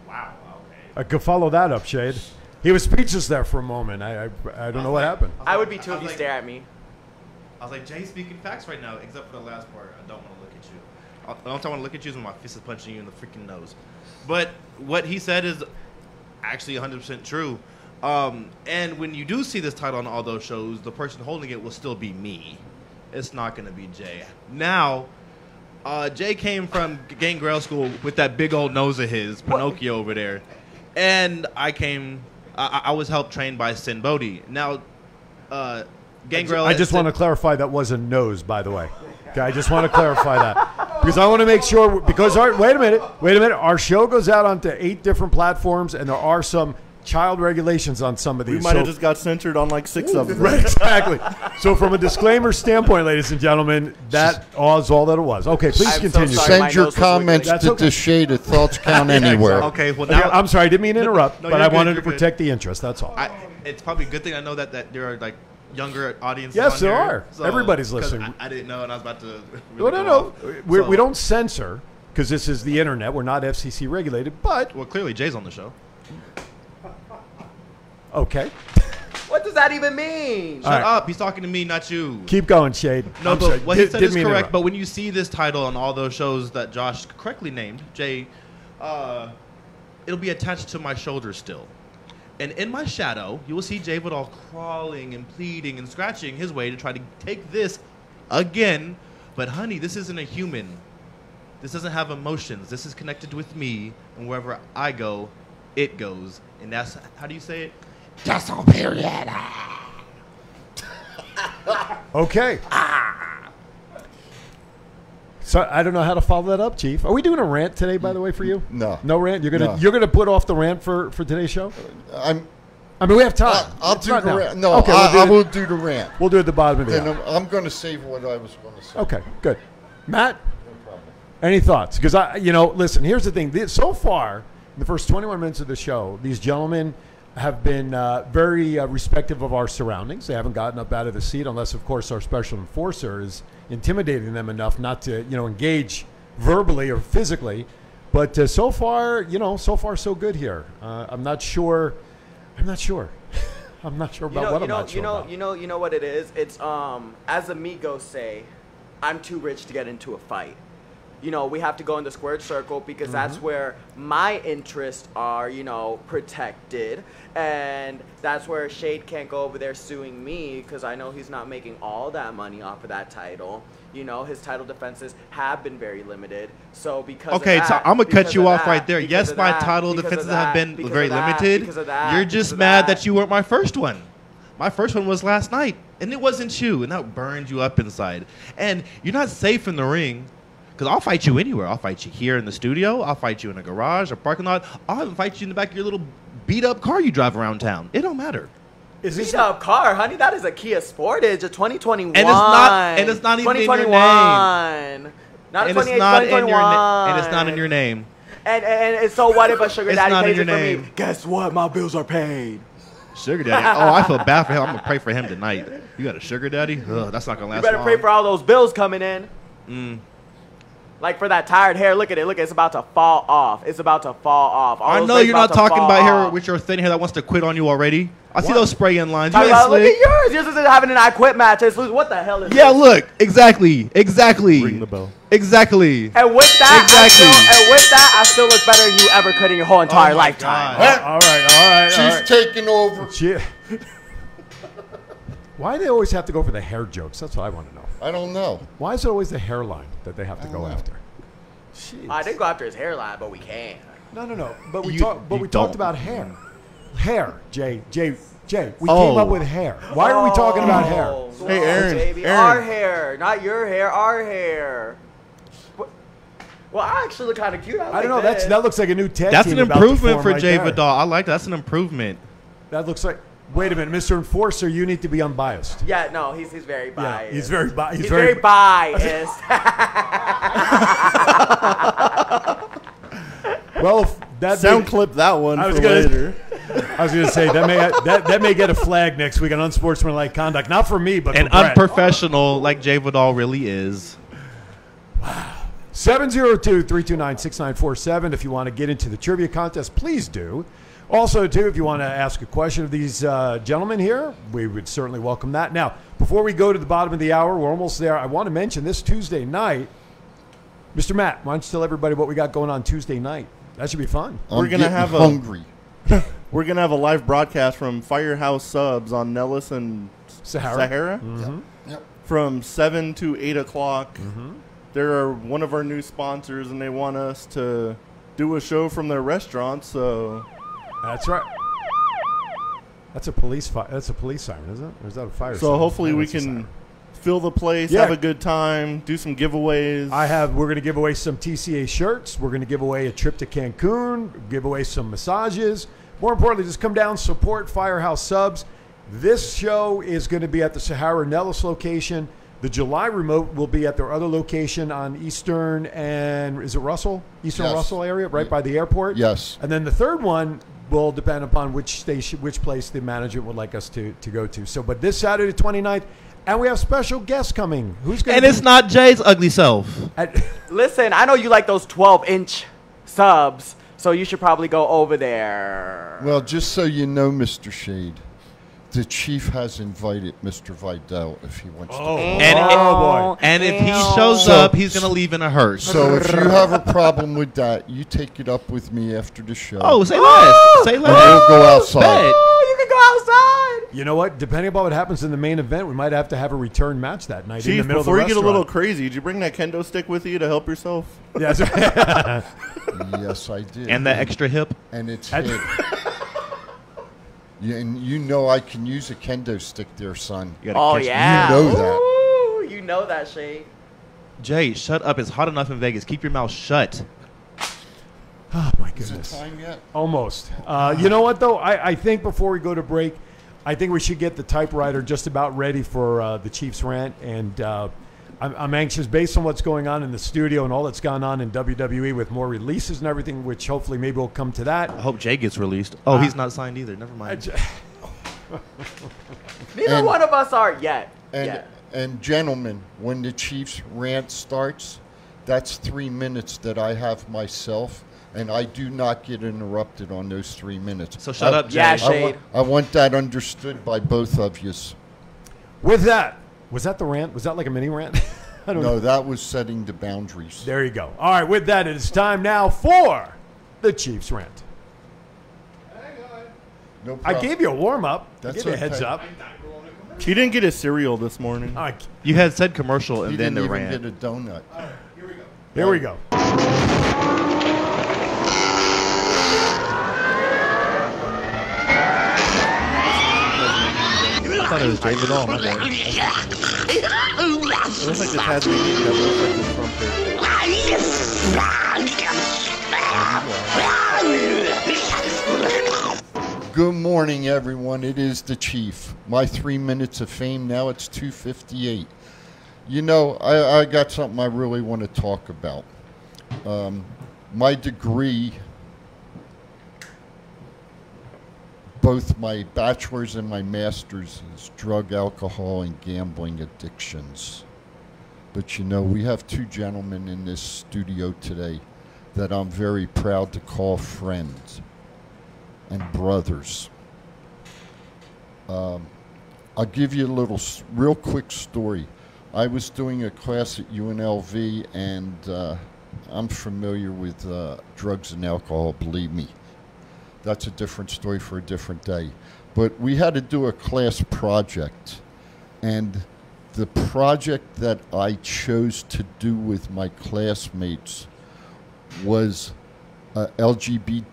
[SPEAKER 2] Wow. Okay.
[SPEAKER 1] I could follow that up, Shade. He was speechless there for a moment. I, I, I don't know what happened.
[SPEAKER 4] I would be too
[SPEAKER 2] I
[SPEAKER 4] if you
[SPEAKER 2] like-
[SPEAKER 4] stare at me.
[SPEAKER 2] I was like, Jay, speaking facts right now, except for the last part. I don't want to look at you. Uh, The only time I want to look at you is when my fist is punching you in the freaking nose. But what he said is actually 100% true. Um, and when you do see this title on all those shows, the person holding it will still be me. It's not going to be Jay. Now, uh, Jay came from Gangrel School with that big old nose of his, Pinocchio over there. And I came, I, I- I was helped trained by Sin Bodhi. Now, uh, Gangrel.
[SPEAKER 1] I just
[SPEAKER 2] Sin-
[SPEAKER 1] want to clarify that was a nose, by the way. Okay, I just want to clarify that because I want to make sure. Because our wait a minute, wait a minute. Our show goes out onto eight different platforms, and there are some child regulations on some of
[SPEAKER 7] We
[SPEAKER 1] these.
[SPEAKER 7] might
[SPEAKER 1] so-
[SPEAKER 7] have just got censored on like six of them.
[SPEAKER 1] Right, exactly. So, from a disclaimer standpoint, ladies and gentlemen, that was all that it was. Okay, please
[SPEAKER 4] I'm so
[SPEAKER 1] continue.
[SPEAKER 4] sorry, my
[SPEAKER 3] Send your
[SPEAKER 4] nose was wiggling.
[SPEAKER 3] comments
[SPEAKER 1] That's
[SPEAKER 3] to
[SPEAKER 1] okay.
[SPEAKER 3] the shade at Thoughts Count Anywhere.
[SPEAKER 2] Okay, well
[SPEAKER 1] Okay,
[SPEAKER 2] now
[SPEAKER 1] I'm sorry, I didn't mean to
[SPEAKER 2] No, no,
[SPEAKER 1] interrupt,
[SPEAKER 2] no,
[SPEAKER 1] but
[SPEAKER 2] you're
[SPEAKER 1] I
[SPEAKER 2] good,
[SPEAKER 1] wanted to
[SPEAKER 2] you're good.
[SPEAKER 1] protect the interest. That's all.
[SPEAKER 2] I, it's probably a good thing I know that, that there are like younger audiences.
[SPEAKER 1] Yes,
[SPEAKER 2] on
[SPEAKER 1] there
[SPEAKER 2] here,
[SPEAKER 1] are. Everybody's
[SPEAKER 2] 'cause
[SPEAKER 1] listening.
[SPEAKER 2] I, I didn't know, and I was about to. Really
[SPEAKER 1] no, no,
[SPEAKER 2] go
[SPEAKER 1] no.
[SPEAKER 2] off.
[SPEAKER 1] We're,
[SPEAKER 2] So-
[SPEAKER 1] We don't censor because this is the internet. We're not FCC regulated, but
[SPEAKER 2] Well, clearly Jay's on the show.
[SPEAKER 1] okay.
[SPEAKER 4] What does that even mean?
[SPEAKER 1] All
[SPEAKER 2] Shut
[SPEAKER 1] right.
[SPEAKER 2] up! He's talking to me, not you.
[SPEAKER 1] Keep going, Shade.
[SPEAKER 2] no,
[SPEAKER 1] I'm
[SPEAKER 2] but
[SPEAKER 1] sorry.
[SPEAKER 2] what he
[SPEAKER 1] Did-
[SPEAKER 2] said
[SPEAKER 1] didn't
[SPEAKER 2] is
[SPEAKER 1] mean to
[SPEAKER 2] correct.
[SPEAKER 1] interrupt.
[SPEAKER 2] But when you see this title on all those shows that Josh correctly named Jay, uh, it'll be attached to my shoulder still. And in my shadow, you will see Jay Vidal crawling and pleading and scratching his way to try to take this again. But honey, this isn't a human. This doesn't have emotions. This is connected with me, and wherever I go, it goes. And that's how do you say it?
[SPEAKER 1] Okay. So I don't know how to follow that up, Chief. Are we doing a rant today, by the way, for you?
[SPEAKER 3] No.
[SPEAKER 1] no rant. You're gonna
[SPEAKER 3] No. Uh,
[SPEAKER 1] you're gonna put off the rant for for today's show.
[SPEAKER 3] I'm,
[SPEAKER 1] I mean, we have time.
[SPEAKER 3] I, I'll
[SPEAKER 1] It's
[SPEAKER 3] do
[SPEAKER 1] not
[SPEAKER 3] the
[SPEAKER 1] now.
[SPEAKER 3] rant. No,
[SPEAKER 1] okay,
[SPEAKER 3] I,
[SPEAKER 1] we'll
[SPEAKER 3] I
[SPEAKER 1] do,
[SPEAKER 3] will do the rant.
[SPEAKER 1] We'll do it at the bottom of the
[SPEAKER 3] And
[SPEAKER 1] hour.
[SPEAKER 3] I'm, I'm going to save what I was going to say.
[SPEAKER 1] Okay, good. Matt, any thoughts? Because I, you know, listen. Here's the thing. This, so far, in the first 21 minutes of the show, these gentlemen have been uh, very uh, respective of our surroundings. They haven't gotten up out of the seat, unless, of course, our special enforcer is intimidating them enough not to, you know, engage verbally or physically. But uh, so far, you know, so far so good here. Uh, I'm not sure. I'm not sure. I'm not sure about
[SPEAKER 4] you know,
[SPEAKER 1] what
[SPEAKER 4] you
[SPEAKER 1] I'm
[SPEAKER 4] know,
[SPEAKER 1] not sure
[SPEAKER 4] you know,
[SPEAKER 1] about.
[SPEAKER 4] you know, you know what it is. It's um, as amigos say, I'm too rich to get into a fight. You know, we have to go in the squared circle because
[SPEAKER 2] Mm-hmm.
[SPEAKER 4] that's where my interests are, you know, protected, and that's where Shade can't go over there suing me because I know he's not making all that money off of that title. You know, his title defenses have been very limited. So because of
[SPEAKER 2] Okay, so
[SPEAKER 4] that,
[SPEAKER 2] I'm gonna
[SPEAKER 4] because
[SPEAKER 2] cut you
[SPEAKER 4] of
[SPEAKER 2] off
[SPEAKER 4] that,
[SPEAKER 2] right there.
[SPEAKER 4] because
[SPEAKER 2] Yes,
[SPEAKER 4] of
[SPEAKER 2] my
[SPEAKER 4] that,
[SPEAKER 2] title
[SPEAKER 4] because of
[SPEAKER 2] defenses
[SPEAKER 4] that,
[SPEAKER 2] have been
[SPEAKER 4] because of
[SPEAKER 2] very
[SPEAKER 4] that,
[SPEAKER 2] limited.
[SPEAKER 4] because of that,
[SPEAKER 2] You're
[SPEAKER 4] because
[SPEAKER 2] just
[SPEAKER 4] of
[SPEAKER 2] mad that. you weren't my first one. My first one was last night, and it wasn't you, and that burned you up inside. And you're not safe in the ring, because I'll fight you anywhere. I'll fight you here in the studio. I'll fight you in a garage, a parking lot. I'll even fight you in the back of your little beat up car you drive around town. It don't matter.
[SPEAKER 1] Is
[SPEAKER 4] Beat up car, honey. That is a Kia Sportage, a 2021.
[SPEAKER 2] And it's not- and it's not even in your name.
[SPEAKER 4] 2021. Not a
[SPEAKER 2] and it's
[SPEAKER 4] 28,
[SPEAKER 2] not in your na-
[SPEAKER 4] 2021.
[SPEAKER 2] and it's not in your name.
[SPEAKER 4] And, and, and so what if a sugar
[SPEAKER 2] It's
[SPEAKER 4] daddy
[SPEAKER 2] not in
[SPEAKER 4] pays
[SPEAKER 2] your
[SPEAKER 4] it for me?
[SPEAKER 2] name.
[SPEAKER 4] Guess what? My bills are paid.
[SPEAKER 2] Sugar daddy. Oh, I feel bad for him. I'm gonna pray for him tonight. You got a sugar daddy? Ugh, that's Mm. not gonna last.
[SPEAKER 4] You better
[SPEAKER 2] long.
[SPEAKER 4] pray for all those bills coming in. Like for that tired hair, look at it. Look, it's about to fall off. It's about to fall off. All
[SPEAKER 2] I
[SPEAKER 4] those
[SPEAKER 2] know
[SPEAKER 4] braids
[SPEAKER 2] you're not
[SPEAKER 4] to
[SPEAKER 2] talking
[SPEAKER 4] fall
[SPEAKER 2] about hair
[SPEAKER 4] off.
[SPEAKER 2] with your thin hair that wants to quit on you already. I see those spray in lines. You
[SPEAKER 4] Talking
[SPEAKER 2] ain't
[SPEAKER 4] about, look at
[SPEAKER 2] slick.
[SPEAKER 4] yours. Yours isn't having an I quit match. It's losing. What the hell is
[SPEAKER 2] Yeah,
[SPEAKER 4] this?
[SPEAKER 2] look, exactly, exactly,
[SPEAKER 7] Ring the bell.
[SPEAKER 2] exactly.
[SPEAKER 4] And with that,
[SPEAKER 2] Exactly.
[SPEAKER 4] I still, and with that, I still look better than you ever could in your whole entire
[SPEAKER 2] Oh my
[SPEAKER 4] lifetime.
[SPEAKER 2] God.
[SPEAKER 1] All right, all right, all
[SPEAKER 3] She's
[SPEAKER 1] right.
[SPEAKER 3] taking over.
[SPEAKER 1] Yeah. Why do they always have to go for the hair jokes? That's what I want to know.
[SPEAKER 3] I don't know.
[SPEAKER 1] Why is it always the hairline that they have to go
[SPEAKER 3] know.
[SPEAKER 1] after?
[SPEAKER 4] I did go after his hairline, but we can't.
[SPEAKER 1] No, no, no. But we
[SPEAKER 2] You-
[SPEAKER 1] talked. But
[SPEAKER 2] you
[SPEAKER 1] we
[SPEAKER 2] don't.
[SPEAKER 1] talked about hair. Hair, Jay, Jay, Jay. We
[SPEAKER 7] Oh.
[SPEAKER 1] came up with hair. Why are we talking about hair?
[SPEAKER 4] Oh,
[SPEAKER 7] Hey,
[SPEAKER 4] no,
[SPEAKER 7] Aaron,
[SPEAKER 4] baby.
[SPEAKER 7] Aaron.
[SPEAKER 4] Our hair, not your hair. Our hair. Wh- Well, I actually look kind of cute. I,
[SPEAKER 1] I don't know. That's that looks like a new tag
[SPEAKER 2] That's
[SPEAKER 1] team
[SPEAKER 2] an
[SPEAKER 1] about to
[SPEAKER 2] improvement
[SPEAKER 1] form
[SPEAKER 2] for
[SPEAKER 1] right
[SPEAKER 2] Jay
[SPEAKER 1] there.
[SPEAKER 2] Vidal. I like that. That's an improvement.
[SPEAKER 1] That looks like. Wait a minute, Mr. Enforcer. You need to be unbiased.
[SPEAKER 4] Yeah, no, he's he's very biased.
[SPEAKER 1] he's very bi- he's
[SPEAKER 4] He's, very,
[SPEAKER 1] very-
[SPEAKER 4] biased.
[SPEAKER 1] Well, if that
[SPEAKER 7] Sound
[SPEAKER 1] be-
[SPEAKER 7] clip that one
[SPEAKER 1] I was
[SPEAKER 7] for
[SPEAKER 1] gonna-
[SPEAKER 7] later.
[SPEAKER 1] I was going to say that may that, that may get a flag next week on unsportsmanlike conduct. Not for me, but
[SPEAKER 2] and
[SPEAKER 1] for Brett.
[SPEAKER 2] unprofessional like Jay Vidal really is.
[SPEAKER 1] 702-329-6947 if you want to get into the trivia contest please do also too if you want to ask a question of these uh, gentlemen here we would certainly welcome that now before we go to the bottom of the hour we're almost there i want to mention this tuesday night mr matt why don't you tell everybody what we got going on tuesday night that should be fun
[SPEAKER 7] We're gonna
[SPEAKER 3] getting
[SPEAKER 7] have a-
[SPEAKER 3] hungry.
[SPEAKER 7] We're gonna have a live broadcast from Firehouse Subs on Nellis and
[SPEAKER 1] Sahara. Mm-hmm.
[SPEAKER 3] Yep. Mm-hmm.
[SPEAKER 7] from seven to eight o'clock. There are one of our new sponsors, and they want us to do a show from their restaurant. So
[SPEAKER 1] that's right that's a police fire that's a police siren isn't it or is that a fire
[SPEAKER 7] So
[SPEAKER 1] siren?
[SPEAKER 7] hopefully
[SPEAKER 1] No,
[SPEAKER 7] we
[SPEAKER 1] that's a siren.
[SPEAKER 7] can fill the place,
[SPEAKER 1] Yeah.
[SPEAKER 7] have a good time, do some giveaways.
[SPEAKER 1] I have. We're going to give away some TCA shirts. We're going to give away a trip to Cancun. Give away some massages. More importantly, just come down, support Firehouse Subs. This show is going to be at the Sahara Nellis location. The July remote will be at their other location on Eastern and is it Russell? Eastern
[SPEAKER 3] Yes.
[SPEAKER 1] Russell area, right by the airport.
[SPEAKER 3] Yes.
[SPEAKER 1] And then the third one will depend upon which station, which place the manager would like us to, to go to. So, but this Saturday 29th, and we have special guests coming. Who's going?
[SPEAKER 2] And it's not Jay's ugly self.
[SPEAKER 1] At,
[SPEAKER 4] Listen, I know you like those 12 inch subs, so you should probably go over there.
[SPEAKER 3] Well, just so you know, Mr. Shade, the chief has invited Mr. Vidal if he wants to.
[SPEAKER 2] And,
[SPEAKER 4] Oh, boy.
[SPEAKER 2] and if he
[SPEAKER 4] Ew.
[SPEAKER 2] shows
[SPEAKER 3] So-
[SPEAKER 2] up, he's gonna leave in a hearse.
[SPEAKER 3] So if you have a problem with that, you take it up with me after the show.
[SPEAKER 2] oh, say less. Say
[SPEAKER 3] and
[SPEAKER 2] less.
[SPEAKER 3] we'll go outside.
[SPEAKER 2] Bet.
[SPEAKER 4] Oh, you can go outside.
[SPEAKER 1] You know what? Depending upon what happens in the main event, we might have to have a return match that night in the
[SPEAKER 7] Chief,
[SPEAKER 1] middle
[SPEAKER 7] before
[SPEAKER 1] of
[SPEAKER 7] you
[SPEAKER 1] the
[SPEAKER 7] get a little
[SPEAKER 1] restaurant.
[SPEAKER 7] crazy, did you bring that kendo stick with you to help yourself?
[SPEAKER 1] Yeah, that's right.
[SPEAKER 3] Yes, I did.
[SPEAKER 2] And that extra hip.
[SPEAKER 3] and it's
[SPEAKER 1] And-
[SPEAKER 3] hid. You- and you know I can use a kendo stick there, son.
[SPEAKER 7] You gotta
[SPEAKER 4] Oh,
[SPEAKER 7] catch-
[SPEAKER 4] yeah.
[SPEAKER 3] know that.
[SPEAKER 4] Ooh, you know that, Shane.
[SPEAKER 2] Jay, shut up. It's hot enough in Vegas. Keep your mouth shut.
[SPEAKER 1] oh my
[SPEAKER 3] Is it
[SPEAKER 1] goodness.
[SPEAKER 3] time yet?
[SPEAKER 1] Almost. Uh, you know what though? I, I think before we go to break, I think we should get the typewriter just about ready for uh, the Chiefs rant, and uh, I'm, I'm anxious based on what's going on in the studio and all that's gone on in WWE with more releases and everything, which hopefully maybe we'll come to that. Uh,
[SPEAKER 2] I hope Jay gets released. Oh, he's not signed either. Never
[SPEAKER 1] I
[SPEAKER 2] mind.
[SPEAKER 1] j-
[SPEAKER 4] Neither
[SPEAKER 3] And-
[SPEAKER 4] one of us are yet.
[SPEAKER 3] And
[SPEAKER 4] yet.
[SPEAKER 3] and gentlemen, when the Chiefs rant starts, that's three minutes that I have myself, and I do not get interrupted on those three minutes.
[SPEAKER 2] So shut
[SPEAKER 3] I-
[SPEAKER 2] up, Jay.
[SPEAKER 4] Yeah,
[SPEAKER 3] I, wa-
[SPEAKER 4] Shade.
[SPEAKER 3] I want that understood by both of yous.
[SPEAKER 1] With that, was that the rant? Was that like a mini rant? I don't know.
[SPEAKER 3] No, that was setting the boundaries.
[SPEAKER 1] There you go. All right, with that, it is time now for the Chiefs rant.
[SPEAKER 3] No
[SPEAKER 1] I
[SPEAKER 3] problem.
[SPEAKER 1] gave you a warm up. I
[SPEAKER 3] That's
[SPEAKER 1] gave you a heads
[SPEAKER 3] okay.
[SPEAKER 1] up.
[SPEAKER 7] He didn't get his cereal this morning.
[SPEAKER 1] All right,
[SPEAKER 2] You had said commercial
[SPEAKER 3] He
[SPEAKER 2] and then
[SPEAKER 3] didn't
[SPEAKER 2] the
[SPEAKER 3] even
[SPEAKER 2] rant.
[SPEAKER 3] get a donut.
[SPEAKER 1] here we go.
[SPEAKER 7] I thought it was Jay Vidal. my bad. It looks like the Tasmanian devil. It looks like the trumpet.
[SPEAKER 3] Good morning, everyone. It is the Chief. My three minutes of fame. Now it's 2:58. You know, I, I got something I really want to talk about. Um, my degree, both my bachelor's and my master's, is drug, alcohol, and gambling addictions. But you know, we have two gentlemen in this studio today that I'm very proud to call friends and brothers. Um, I'll give you a little, s- real quick story. I was doing a class at UNLV, and uh, I'm familiar with uh, drugs and alcohol, believe me. That's a different story for a different day. But we had to do a class project, and the project that I chose to do with my classmates was a LGBT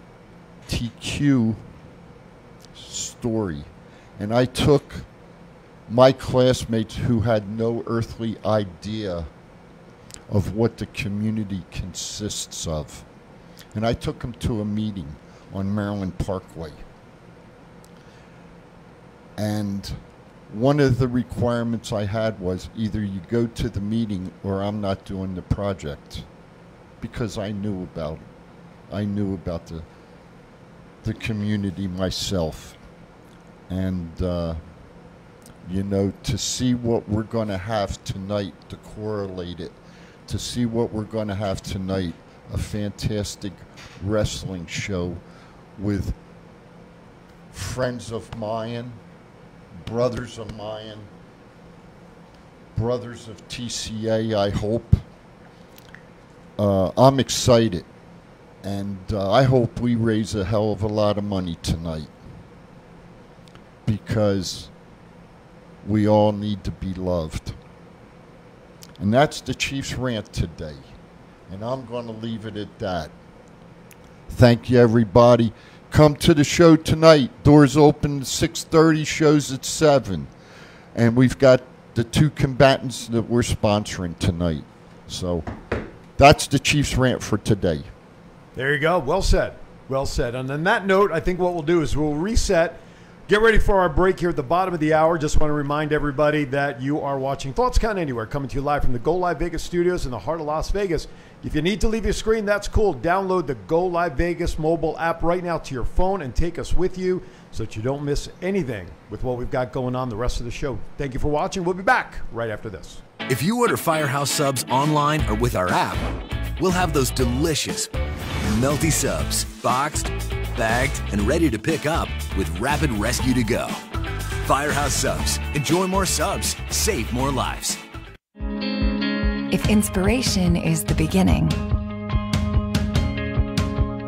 [SPEAKER 3] TQ story. And I took my classmates who had no earthly idea of what the community consists of. And I took them to a meeting on Maryland Parkway. And one of the requirements I had was either you go to the meeting or I'm not doing the project because I knew about I knew about the the community myself. And, uh, you know, to see what we're going to have tonight, to correlate it, to see what we're going to have tonight a fantastic wrestling show with friends of mine, brothers of mine, brothers of TCA, I hope. Uh, I'm excited, and uh, I hope we raise a hell of a lot of money tonight because we all need to be loved. And that's the Chiefs rant today. And I'm going to leave it at that. Thank you, everybody. Come to the show tonight. Doors open at 6.30, shows at 7. And we've got the two combatants that we're sponsoring tonight. So that's the Chiefs rant for today.
[SPEAKER 1] There you go. Well said. Well said. And on that note, I think what we'll do is we'll reset. Get ready for our break here at the bottom of the hour. Just want to remind everybody that you are watching Thoughts Count Anywhere, coming to you live from the Go Live Vegas studios in the heart of Las Vegas. If you need to leave your screen, that's cool. Download the Go Live Vegas mobile app right now to your phone and take us with you so that you don't miss anything with what we've got going on the rest of the show. Thank you for watching. We'll be back right after this.
[SPEAKER 8] If you order Firehouse subs online or with our app, we'll have those delicious, melty subs boxed, bagged, and ready to pick up with Rapid Rescue to Go. Firehouse subs. Enjoy more subs, save more lives.
[SPEAKER 10] If inspiration is the beginning,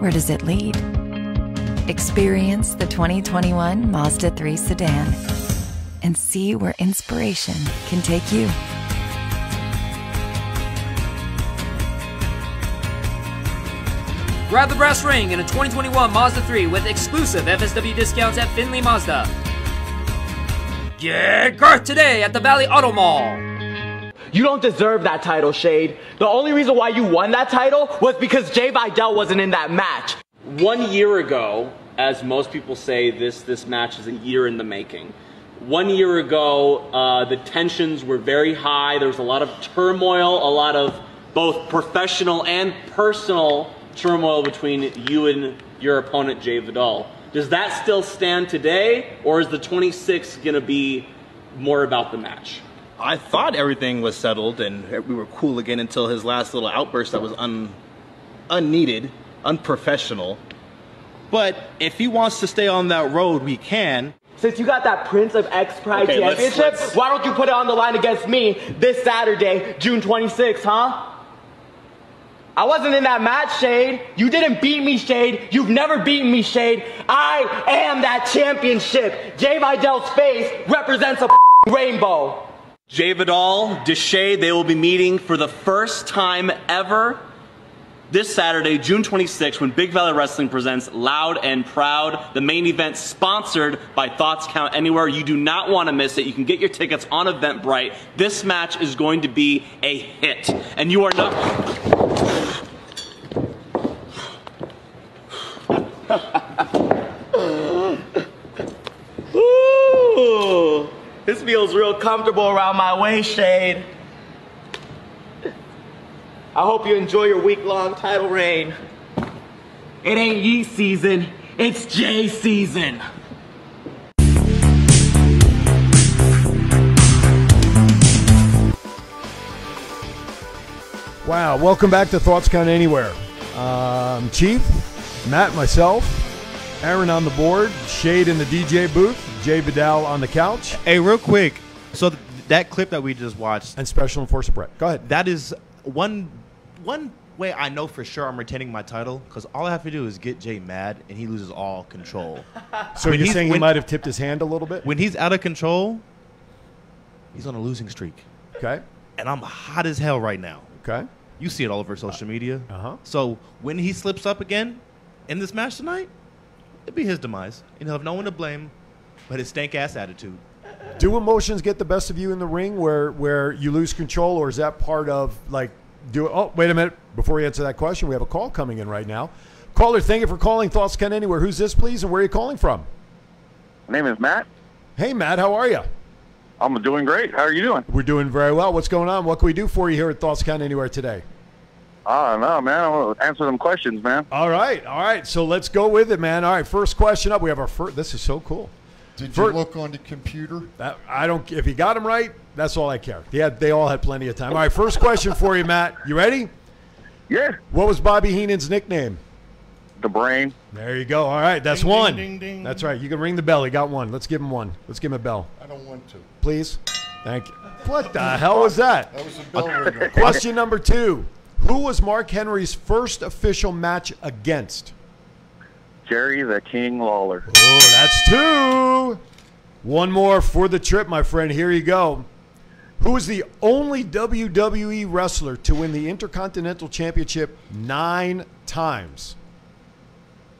[SPEAKER 10] where does it lead? Experience the 2021 Mazda 3 sedan and see where inspiration can take you.
[SPEAKER 11] Grab the brass ring in a 2021 Mazda 3 with exclusive FSW discounts at Finley Mazda. Get Garth today at the Valley Auto Mall.
[SPEAKER 4] You don't deserve that title, Shade. The only reason why you won that title was because Jay Vidal wasn't in that match.
[SPEAKER 12] One year ago, as most people say, this this match is a year in the making. One year ago, uh, the tensions were very high. There was a lot of turmoil, a lot of both professional and personal turmoil between you and your opponent, Jay Vidal. Does that still stand today, or is the 26 going to be more about the match?
[SPEAKER 13] I thought everything was settled and we were cool again until his last little outburst that was un, unneeded, unprofessional.
[SPEAKER 2] But if he wants to stay on that road, we can.
[SPEAKER 4] Since you got that Prince of X Pride
[SPEAKER 2] Okay, let's-
[SPEAKER 4] Championship,
[SPEAKER 2] let's-
[SPEAKER 4] why don't you put it on the line against me this Saturday, June 26th, huh? I wasn't in that match, Shade. You didn't beat me, Shade. You've never beaten me, Shade. I am that championship. Jay Vidal's face represents a rainbow.
[SPEAKER 12] Jay Vidal, Deshay, they will be meeting for the first time ever this Saturday, June 26th, when Big Valley Wrestling presents Loud and Proud, the main event sponsored by Thoughts Count Anywhere. You do not want to miss it. You can get your tickets on Eventbrite. This match is going to be a hit. And you are not.
[SPEAKER 4] Ooh, this feels real comfortable around my waist, Shade. I hope you enjoy your week-long title reign. It ain't yeast season, it's J season.
[SPEAKER 1] Wow. Welcome back to Thoughts Count Anywhere. Um, Chief, Matt, myself, Aaron on the board, Shade in the DJ booth, Jay Vidal on the couch.
[SPEAKER 2] Hey, real quick. So th- that clip that we just watched
[SPEAKER 1] and Special Enforcer Brett. Go ahead.
[SPEAKER 2] That is one one way I know for sure I'm retaining my title because all I have to do is get Jay mad and he loses all control.
[SPEAKER 1] So
[SPEAKER 2] When
[SPEAKER 1] you're
[SPEAKER 2] he's-
[SPEAKER 1] saying he
[SPEAKER 2] when-
[SPEAKER 1] might have tipped his hand a little bit?
[SPEAKER 2] When he's out of control, he's on a losing streak.
[SPEAKER 1] Okay.
[SPEAKER 2] And I'm hot as hell right now.
[SPEAKER 1] Okay. uh-huh.
[SPEAKER 2] You see it all over social media. Uh
[SPEAKER 1] huh.
[SPEAKER 2] So when he slips up again in this match tonight, it'd be his demise. And he'll have no one to blame but his stank ass attitude.
[SPEAKER 1] Do emotions get the best of you in the ring where where you lose control, or is that part of like do? Oh, wait a minute! Before you answer that question, we have a call coming in right now. Caller, thank you for calling Thoughts Can Anywhere. Who's this, please, and where are you calling from?
[SPEAKER 14] My name is Matt.
[SPEAKER 1] Hey, Matt, how are you?
[SPEAKER 14] I'm doing great. How are you doing?
[SPEAKER 1] We're doing very well. What's going on? What can we do for you here at Thoughts Can Anywhere today?
[SPEAKER 14] I don't know, man. I'll answer them questions, man.
[SPEAKER 1] All right, all right. So let's go with it, man. All right, first question up. We have our first. This is so cool.
[SPEAKER 3] Did
[SPEAKER 1] Fir-
[SPEAKER 3] you look on the computer?
[SPEAKER 1] That, I don't. If he got them right, that's all I care. They had, they all had plenty of time. All right, first question for you, Matt. You ready?
[SPEAKER 14] Yeah.
[SPEAKER 1] What was Bobby Heenan's nickname?
[SPEAKER 14] The Brain.
[SPEAKER 1] There you go. All right, that's
[SPEAKER 3] Ding, ding,
[SPEAKER 1] one.
[SPEAKER 3] ding, ding.
[SPEAKER 1] That's right. You can ring the bell. He got one. Let's give him one. Let's give him a bell,
[SPEAKER 3] I don't want to.
[SPEAKER 1] please. Thank you. What the hell was that?
[SPEAKER 3] That was a bell ringer.
[SPEAKER 1] Question number two. Who was Mark Henry's first official match against?
[SPEAKER 14] Jerry the King Lawler.
[SPEAKER 1] Oh, that's two. One more for the trip, my friend. Here you go. Who is the only WWE wrestler to win the Intercontinental Championship nine times?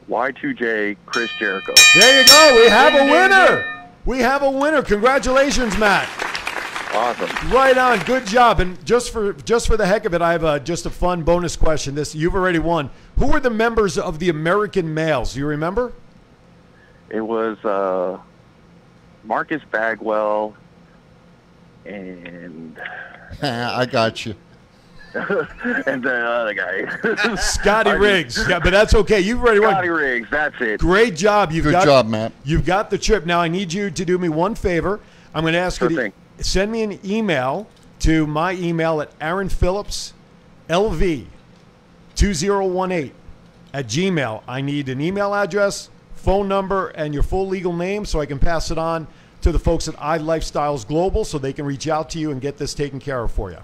[SPEAKER 14] Y2J Chris Jericho.
[SPEAKER 1] There you go. We have a
[SPEAKER 14] Ding, ding,
[SPEAKER 1] winner. We have a winner. Congratulations, Matt.
[SPEAKER 14] Awesome.
[SPEAKER 1] Right on. Good job. And just for just for the heck of it, I have uh, just a fun bonus question. This you've already won. Who were the members of the American Males? You remember?
[SPEAKER 14] It was uh, Marcus Bagwell and
[SPEAKER 3] I got you.
[SPEAKER 14] and the other guy.
[SPEAKER 1] Scotty
[SPEAKER 14] I just-
[SPEAKER 1] Riggs. Yeah, but that's okay. You've already won.
[SPEAKER 14] Scotty Riggs. That's it.
[SPEAKER 1] Great job. You've
[SPEAKER 3] Good
[SPEAKER 1] got,
[SPEAKER 3] job, Matt.
[SPEAKER 1] You've got the trip. Now I need you to do me one favor. I'm going to ask you
[SPEAKER 14] Sure
[SPEAKER 1] to
[SPEAKER 14] thing.
[SPEAKER 1] send me an email to my email at Aaron Phillips LV 2018 at Gmail. I need an email address, phone number, and your full legal name so I can pass it on to the folks at iLifestyles Global so they can reach out to you and get this taken care of for you.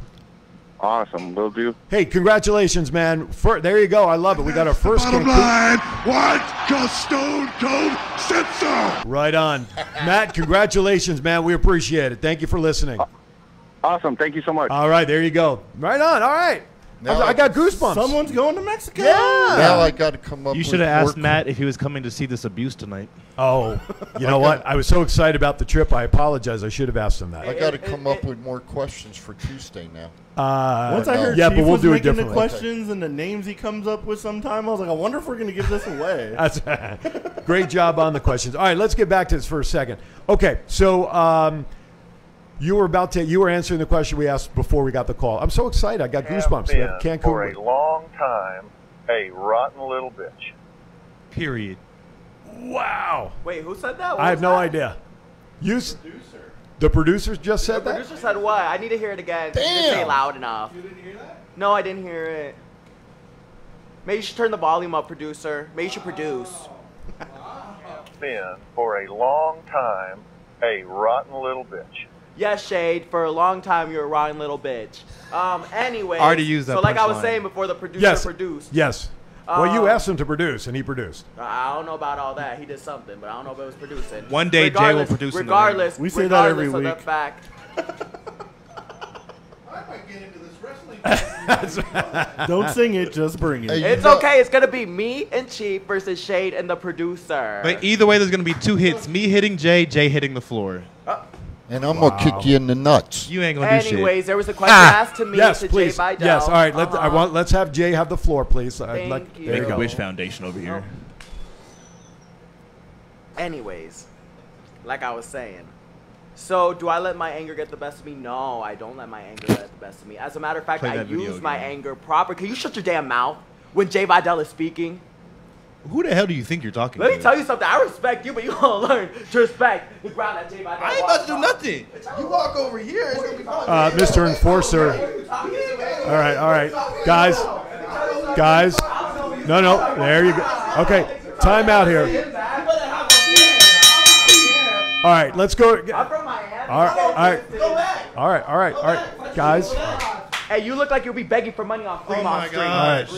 [SPEAKER 14] Awesome. Will do.
[SPEAKER 1] Hey, congratulations, man. Fir- there you go. I love it. We got our first Cancun-
[SPEAKER 15] What? Because Stone Cold said so.
[SPEAKER 1] Right on. Matt, congratulations, man. We appreciate it. Thank you for listening.
[SPEAKER 14] Awesome. Thank you so much.
[SPEAKER 1] All right, there you go. Right on. All right.
[SPEAKER 3] Now-
[SPEAKER 1] I, I got goosebumps.
[SPEAKER 7] Someone's going to Mexico.
[SPEAKER 1] Yeah.
[SPEAKER 3] Now I got to come up.
[SPEAKER 2] You
[SPEAKER 3] with
[SPEAKER 2] should have asked
[SPEAKER 3] more-
[SPEAKER 2] Matt if he was coming to see this abuse tonight. uh,
[SPEAKER 1] Oh, you know what? I was so excited about the trip. I apologize. I should have asked him
[SPEAKER 3] I
[SPEAKER 1] that.
[SPEAKER 3] got to come up with more questions for Tuesday now.
[SPEAKER 1] Uh,
[SPEAKER 7] Once I heard
[SPEAKER 1] yeah,
[SPEAKER 7] Chief
[SPEAKER 1] but we'll
[SPEAKER 7] was
[SPEAKER 1] do it
[SPEAKER 7] making the
[SPEAKER 1] differently.
[SPEAKER 7] questions and the names he comes up with sometime, I was like, I wonder if we're going to give this away.
[SPEAKER 1] That's- great job on the questions. All right, let's get back to this for a second. Okay, so um, you were about to you were answering the question we asked before we got the call. I'm so excited. I got goosebumps.
[SPEAKER 16] Have been
[SPEAKER 1] Cancun.
[SPEAKER 16] for a long time, a rotten little bitch.
[SPEAKER 2] Period.
[SPEAKER 1] Wow.
[SPEAKER 4] Wait, who said that? What
[SPEAKER 1] I have
[SPEAKER 4] was
[SPEAKER 1] no
[SPEAKER 4] that?
[SPEAKER 1] idea. You s- the producers just said
[SPEAKER 4] The
[SPEAKER 1] that.
[SPEAKER 4] producer said what? I need to hear it again. Damn. It didn't say
[SPEAKER 1] Damn.
[SPEAKER 4] loud enough. You didn't hear that? No, I didn't hear it. Maybe you should turn the volume up, producer. Maybe you should produce.
[SPEAKER 16] Been for a long time, a rotten little bitch.
[SPEAKER 4] Yes, Shade. For a long time, you were a rotten little bitch. Um. Anyway.
[SPEAKER 2] Already used that
[SPEAKER 4] So, like I was
[SPEAKER 2] punchline.
[SPEAKER 4] saying before, the producer
[SPEAKER 1] yes.
[SPEAKER 4] produced.
[SPEAKER 1] Yes. well, you
[SPEAKER 4] Um,
[SPEAKER 1] asked him to produce, and he produced.
[SPEAKER 4] I don't know about all that. He did something, but I don't know if it was producing.
[SPEAKER 2] One day Jay will
[SPEAKER 4] Regardless-
[SPEAKER 2] produce in the ring.
[SPEAKER 4] Regardless,
[SPEAKER 2] We say that every
[SPEAKER 4] regardless of
[SPEAKER 2] week.
[SPEAKER 4] the fact.
[SPEAKER 7] Don't sing it, just bring it.
[SPEAKER 4] It's okay. It's gonna be me and Chief versus Shade and the producer.
[SPEAKER 2] But either way, there's going to be two hits me hitting Jay, Jay hitting the floor.
[SPEAKER 3] And I'm gonna kick you in the nuts.
[SPEAKER 2] You ain't going to do shit.
[SPEAKER 4] Anyways, there was a question
[SPEAKER 1] Ah,
[SPEAKER 4] asked to me
[SPEAKER 1] yes,
[SPEAKER 4] to
[SPEAKER 1] please.
[SPEAKER 4] Jay Vidal.
[SPEAKER 1] Yes, all right. Let, I
[SPEAKER 4] Uh-huh.
[SPEAKER 1] want, let's have Jay have the floor, please. I'd
[SPEAKER 4] Thank
[SPEAKER 1] like-
[SPEAKER 4] you.
[SPEAKER 1] There you
[SPEAKER 4] Make a
[SPEAKER 1] go.
[SPEAKER 4] wish
[SPEAKER 2] Foundation over here.
[SPEAKER 4] Anyways, like I was saying. So, do I let my anger get the best of me? No, I don't let my anger get the best of me. As a matter of fact,
[SPEAKER 2] Play
[SPEAKER 4] I
[SPEAKER 2] that video
[SPEAKER 4] use my anger proper. Can you shut your damn mouth when Jay Vidal is speaking?
[SPEAKER 2] Who the hell do you think you're talking
[SPEAKER 4] Let
[SPEAKER 2] to?
[SPEAKER 4] me tell you something. I respect you, but you gonna learn to respect the ground that Jay Vidal
[SPEAKER 2] I ain't
[SPEAKER 4] walks
[SPEAKER 2] about to do
[SPEAKER 4] on.
[SPEAKER 2] nothing. You walk over here, it's gonna be fine.
[SPEAKER 1] Uh, Mr. Enforcer. All right, all right, guys, guys. No, no. There you go. Okay, time out here. All right, let's go. All right, all right, all right, all right, all right, guys.
[SPEAKER 4] Hey, you look like you'll be begging for money on Fremont
[SPEAKER 2] Oh my
[SPEAKER 4] Street.
[SPEAKER 1] All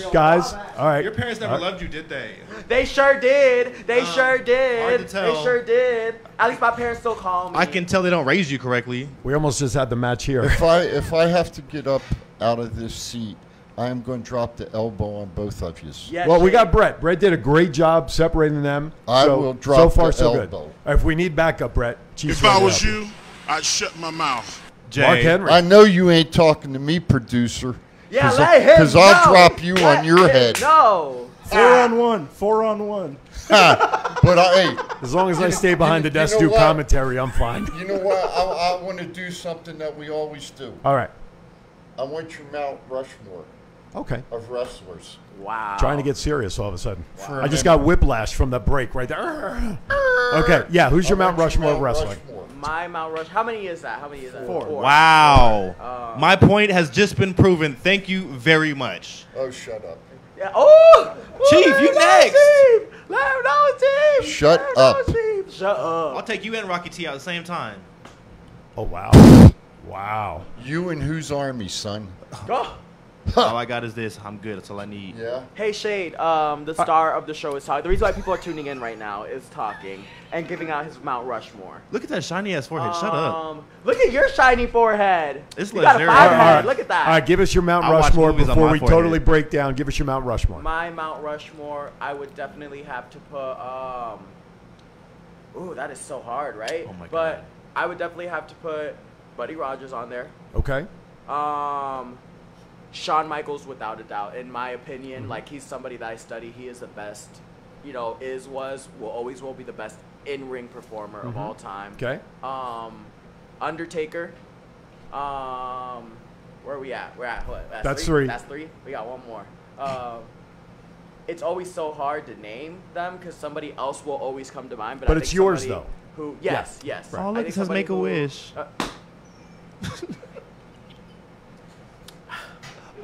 [SPEAKER 1] right, guys. All right.
[SPEAKER 2] Your parents never
[SPEAKER 1] all right.
[SPEAKER 2] loved you, did they? Uh,
[SPEAKER 4] They sure did. They sure did.
[SPEAKER 2] to
[SPEAKER 4] They
[SPEAKER 2] tell.
[SPEAKER 4] sure did. At least my parents still call me.
[SPEAKER 2] I can tell they don't raise you correctly.
[SPEAKER 1] We almost just had the match here.
[SPEAKER 3] If I if I have to get up out of this seat, I am going to drop the elbow on both of you.
[SPEAKER 1] Well, we got Brett. Brett did a great job separating them.
[SPEAKER 3] I
[SPEAKER 1] so,
[SPEAKER 3] will drop
[SPEAKER 1] So far,
[SPEAKER 3] the
[SPEAKER 1] so
[SPEAKER 3] elbow.
[SPEAKER 1] good. If we need backup, Brett. Chiefs
[SPEAKER 15] If I
[SPEAKER 1] ready
[SPEAKER 15] was
[SPEAKER 1] up.
[SPEAKER 15] you, I'd shut my mouth.
[SPEAKER 1] Mark Henry.
[SPEAKER 3] I know you ain't talking to me, producer.
[SPEAKER 4] Yeah,
[SPEAKER 3] Cause
[SPEAKER 4] let
[SPEAKER 3] I-
[SPEAKER 4] him
[SPEAKER 3] Cause I'll
[SPEAKER 4] know.
[SPEAKER 3] drop you
[SPEAKER 4] Let
[SPEAKER 3] on your
[SPEAKER 4] him
[SPEAKER 3] head.
[SPEAKER 4] No.
[SPEAKER 7] Four on one. Four on one.
[SPEAKER 3] but I, hey,
[SPEAKER 1] As long as I stay behind the
[SPEAKER 3] You know
[SPEAKER 1] desk, do
[SPEAKER 3] what?
[SPEAKER 1] commentary, I'm fine.
[SPEAKER 3] you know what? I, I want to do something that we always do.
[SPEAKER 1] All right.
[SPEAKER 3] I want your Mount Rushmore.
[SPEAKER 1] Okay.
[SPEAKER 3] of wrestlers.
[SPEAKER 4] Wow.
[SPEAKER 1] Trying to get serious all of a sudden.
[SPEAKER 3] Wow.
[SPEAKER 1] I just got whiplash from the break right there. okay, yeah. Who's your
[SPEAKER 4] Oh,
[SPEAKER 1] Mount Rushmore of wrestling?
[SPEAKER 4] My Mount Rush. How many is that? How many is that? Four.
[SPEAKER 2] Wow. My point has just been proven. Thank you very much.
[SPEAKER 3] Oh, shut up.
[SPEAKER 4] Yeah. Oh,
[SPEAKER 2] Chief,
[SPEAKER 4] Larry
[SPEAKER 2] you
[SPEAKER 4] Dog
[SPEAKER 2] next.
[SPEAKER 4] Chief! Larry Dog Chief!
[SPEAKER 3] Shut
[SPEAKER 4] Larry
[SPEAKER 3] up.
[SPEAKER 4] Dog Chief! Shut up.
[SPEAKER 2] I'll take you and Rocky T out at the same time.
[SPEAKER 1] Oh wow, wow.
[SPEAKER 3] You and whose army, son?
[SPEAKER 4] Oh.
[SPEAKER 2] All I got is this. I'm good. That's all I need.
[SPEAKER 3] Yeah.
[SPEAKER 4] Hey Shade, um,
[SPEAKER 2] Uh,
[SPEAKER 4] the star of the show is talking. The reason why people are tuning in right now is talking and giving out his Mount Rushmore.
[SPEAKER 2] Look at that shiny ass forehead. Shut up.
[SPEAKER 4] Um, look at your shiny forehead.
[SPEAKER 2] It's
[SPEAKER 4] you got a
[SPEAKER 2] luxurious.
[SPEAKER 4] five
[SPEAKER 2] All
[SPEAKER 4] head.
[SPEAKER 2] right.
[SPEAKER 4] Look at that.
[SPEAKER 1] All right, give us your Mount
[SPEAKER 2] I watch
[SPEAKER 1] Rushmore
[SPEAKER 2] movies on
[SPEAKER 1] before
[SPEAKER 2] my
[SPEAKER 1] we
[SPEAKER 2] forehead.
[SPEAKER 1] totally break down. Give us your Mount Rushmore.
[SPEAKER 4] My Mount Rushmore, I would definitely have to put. Um, ooh, that is so hard, right? Oh my god. But I would definitely have to put Buddy Rogers on there.
[SPEAKER 1] Okay.
[SPEAKER 4] Um, Shawn Michaels, without a doubt, in my opinion,
[SPEAKER 1] Mm-hmm.
[SPEAKER 4] like he's somebody that I study. He is the best. You know, is was will always will be the best in ring performer of
[SPEAKER 1] Mhm.
[SPEAKER 4] all time.
[SPEAKER 1] Okay.
[SPEAKER 4] Um, Undertaker. Um, where are we at? We're at what?
[SPEAKER 1] That's three.
[SPEAKER 4] That's three. We got one more. Um, it's always so hard to name them because somebody else will always come to mind. But, I
[SPEAKER 1] But it's
[SPEAKER 4] think
[SPEAKER 1] yours,
[SPEAKER 4] somebody
[SPEAKER 1] though.
[SPEAKER 4] Who?
[SPEAKER 1] Yeah.
[SPEAKER 4] Yes. Yes.
[SPEAKER 1] Right.
[SPEAKER 4] I
[SPEAKER 1] Oh, look,
[SPEAKER 4] think
[SPEAKER 1] it says
[SPEAKER 4] somebody
[SPEAKER 1] make a
[SPEAKER 4] who-
[SPEAKER 1] wish.
[SPEAKER 4] uh,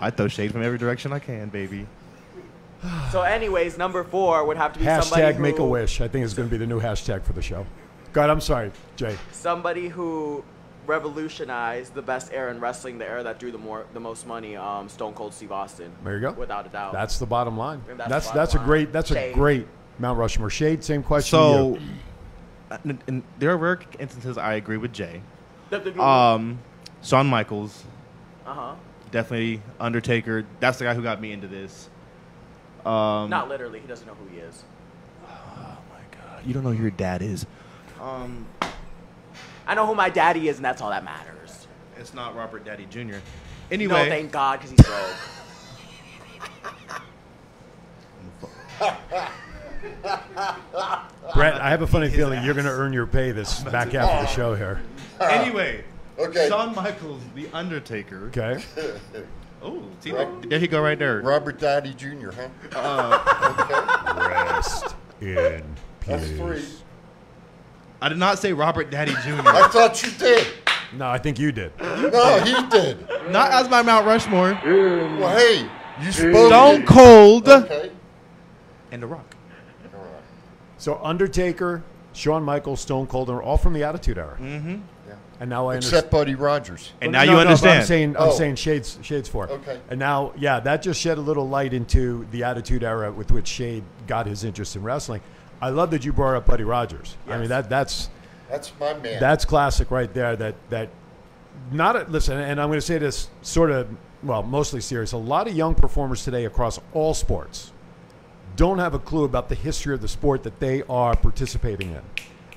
[SPEAKER 2] I throw shade from every direction I can, baby.
[SPEAKER 4] so, anyways, number four would have to be somebody
[SPEAKER 1] Hashtag
[SPEAKER 4] who,
[SPEAKER 1] Make a Wish. I think is going to be the new hashtag for the show. God, I'm sorry, Jay.
[SPEAKER 4] somebody who revolutionized the best era in wrestling, the era that drew the more the most money, um, Stone Cold Steve Austin.
[SPEAKER 1] There you go.
[SPEAKER 4] Without a doubt.
[SPEAKER 1] That's the bottom line.
[SPEAKER 4] And Oh. that's
[SPEAKER 1] That's
[SPEAKER 4] the
[SPEAKER 1] that's a
[SPEAKER 4] bottom line.
[SPEAKER 1] great that's a
[SPEAKER 4] Shade.
[SPEAKER 1] great Mount Rushmore. Shade, same question. to
[SPEAKER 2] So,
[SPEAKER 1] you.
[SPEAKER 2] uh, n- n- there are rare instances I agree with Jay.
[SPEAKER 4] The- the-
[SPEAKER 2] Um, Shawn Michaels,
[SPEAKER 4] Uh huh.
[SPEAKER 2] definitely Undertaker. That's the guy who got me into this. Um,
[SPEAKER 4] Not literally. He doesn't know who he is.
[SPEAKER 2] you don't know who your dad is.
[SPEAKER 4] Um, I know who my daddy is, and that's all that matters.
[SPEAKER 2] It's not Robert Daddy Jr.
[SPEAKER 4] no,
[SPEAKER 2] Anyway.
[SPEAKER 4] thank God, because he's rogue.
[SPEAKER 1] Brett, I have a funny feeling you're going to earn your pay this back
[SPEAKER 2] to-
[SPEAKER 1] after the show here.
[SPEAKER 2] anyway,
[SPEAKER 3] Okay.
[SPEAKER 2] Shawn Michaels, The Undertaker.
[SPEAKER 1] Okay.
[SPEAKER 2] Oh, see, there he go right there. Uh,
[SPEAKER 3] Robert Downey Jr., huh?
[SPEAKER 1] Rest in
[SPEAKER 3] That's three.
[SPEAKER 2] I did not say Robert Daddy Jr.
[SPEAKER 3] I thought you did.
[SPEAKER 1] No, I think you did.
[SPEAKER 3] No, he did.
[SPEAKER 2] Not as my Mount Rushmore.
[SPEAKER 3] Well, hey, you spoke.
[SPEAKER 2] Stone
[SPEAKER 3] it.
[SPEAKER 2] Cold
[SPEAKER 3] Okay.
[SPEAKER 2] and The Rock.
[SPEAKER 1] So Undertaker, Shawn Michaels, Stone Cold, are all from the Attitude Era.
[SPEAKER 2] Mm-hmm.
[SPEAKER 1] And now I
[SPEAKER 3] Except
[SPEAKER 1] understand.
[SPEAKER 3] Buddy Rogers.
[SPEAKER 2] And
[SPEAKER 1] No,
[SPEAKER 2] now
[SPEAKER 1] no,
[SPEAKER 2] you
[SPEAKER 1] no, but
[SPEAKER 2] understand.
[SPEAKER 1] I'm saying I'm
[SPEAKER 3] Oh.
[SPEAKER 1] saying shades shades for.
[SPEAKER 3] Okay.
[SPEAKER 1] And now, yeah, that just shed a little light into the Attitude Era with which Shade got his interest in wrestling. I love that you brought up Buddy Rogers. I mean that that's
[SPEAKER 3] That's my man.
[SPEAKER 1] That's classic right there. That that not a, listen, and I'm going to say this sort of well, mostly serious. A lot of young performers today across all sports don't have a clue about the history of the sport that they are participating in,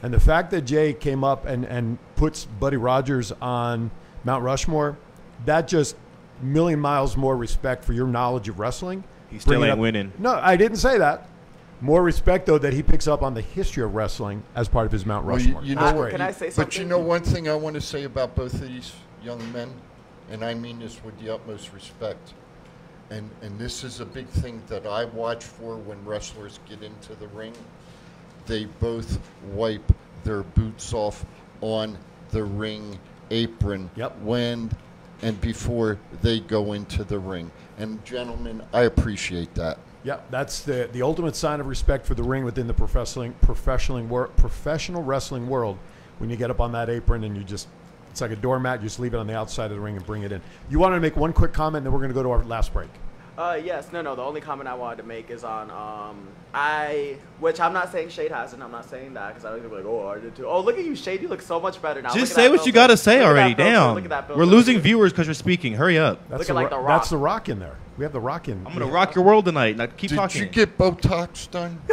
[SPEAKER 1] and the fact that Jay came up and and puts Buddy Rogers on Mount Rushmore, that just million miles more respect for your knowledge of wrestling.
[SPEAKER 2] He still
[SPEAKER 1] Bringing
[SPEAKER 2] ain't
[SPEAKER 1] up-
[SPEAKER 2] winning.
[SPEAKER 1] No, I didn't say that. More respect though that he picks up on the history of wrestling as part of his Mount
[SPEAKER 3] Well, you,
[SPEAKER 1] Rushmore.
[SPEAKER 3] you know
[SPEAKER 4] Uh,
[SPEAKER 3] what?
[SPEAKER 4] can I say
[SPEAKER 3] But you
[SPEAKER 4] something?
[SPEAKER 3] know one thing I want to say about both of these young men, and I mean this with the utmost respect. And and this is a big thing that I watch for when wrestlers get into the ring. They both wipe their boots off on the ring apron when and before they go into the ring. And gentlemen, I appreciate that.
[SPEAKER 1] Yeah, that's the, the ultimate sign of respect for the ring within the professional professional wor- professional wrestling world. When you get up on that apron and you just it's like a doormat, you just leave it on the outside of the ring and bring it in. You wanted to make one quick comment, and then we're going to go to our last break.
[SPEAKER 4] Uh, yes, no, no. The only comment I wanted to make is on um, I, which I'm not saying Shade hasn't. I'm not saying that because I was gonna be like, oh, I did too. Oh, look at you, Shade. You look so much better now.
[SPEAKER 2] Just
[SPEAKER 4] Look at
[SPEAKER 2] say
[SPEAKER 4] that
[SPEAKER 2] what you
[SPEAKER 4] filter.
[SPEAKER 2] gotta say
[SPEAKER 4] Look at that
[SPEAKER 2] already.
[SPEAKER 4] filter.
[SPEAKER 2] Damn,
[SPEAKER 4] Look at that filter.
[SPEAKER 2] we're losing viewers because you're speaking. Hurry up.
[SPEAKER 1] That's
[SPEAKER 4] Looking like
[SPEAKER 1] ro-
[SPEAKER 4] the
[SPEAKER 1] That's
[SPEAKER 4] Rock.
[SPEAKER 1] the rock in there. We have the rock in.
[SPEAKER 2] I'm gonna rock your world tonight. Now keep
[SPEAKER 3] Did
[SPEAKER 2] talking.
[SPEAKER 3] you get Botox done?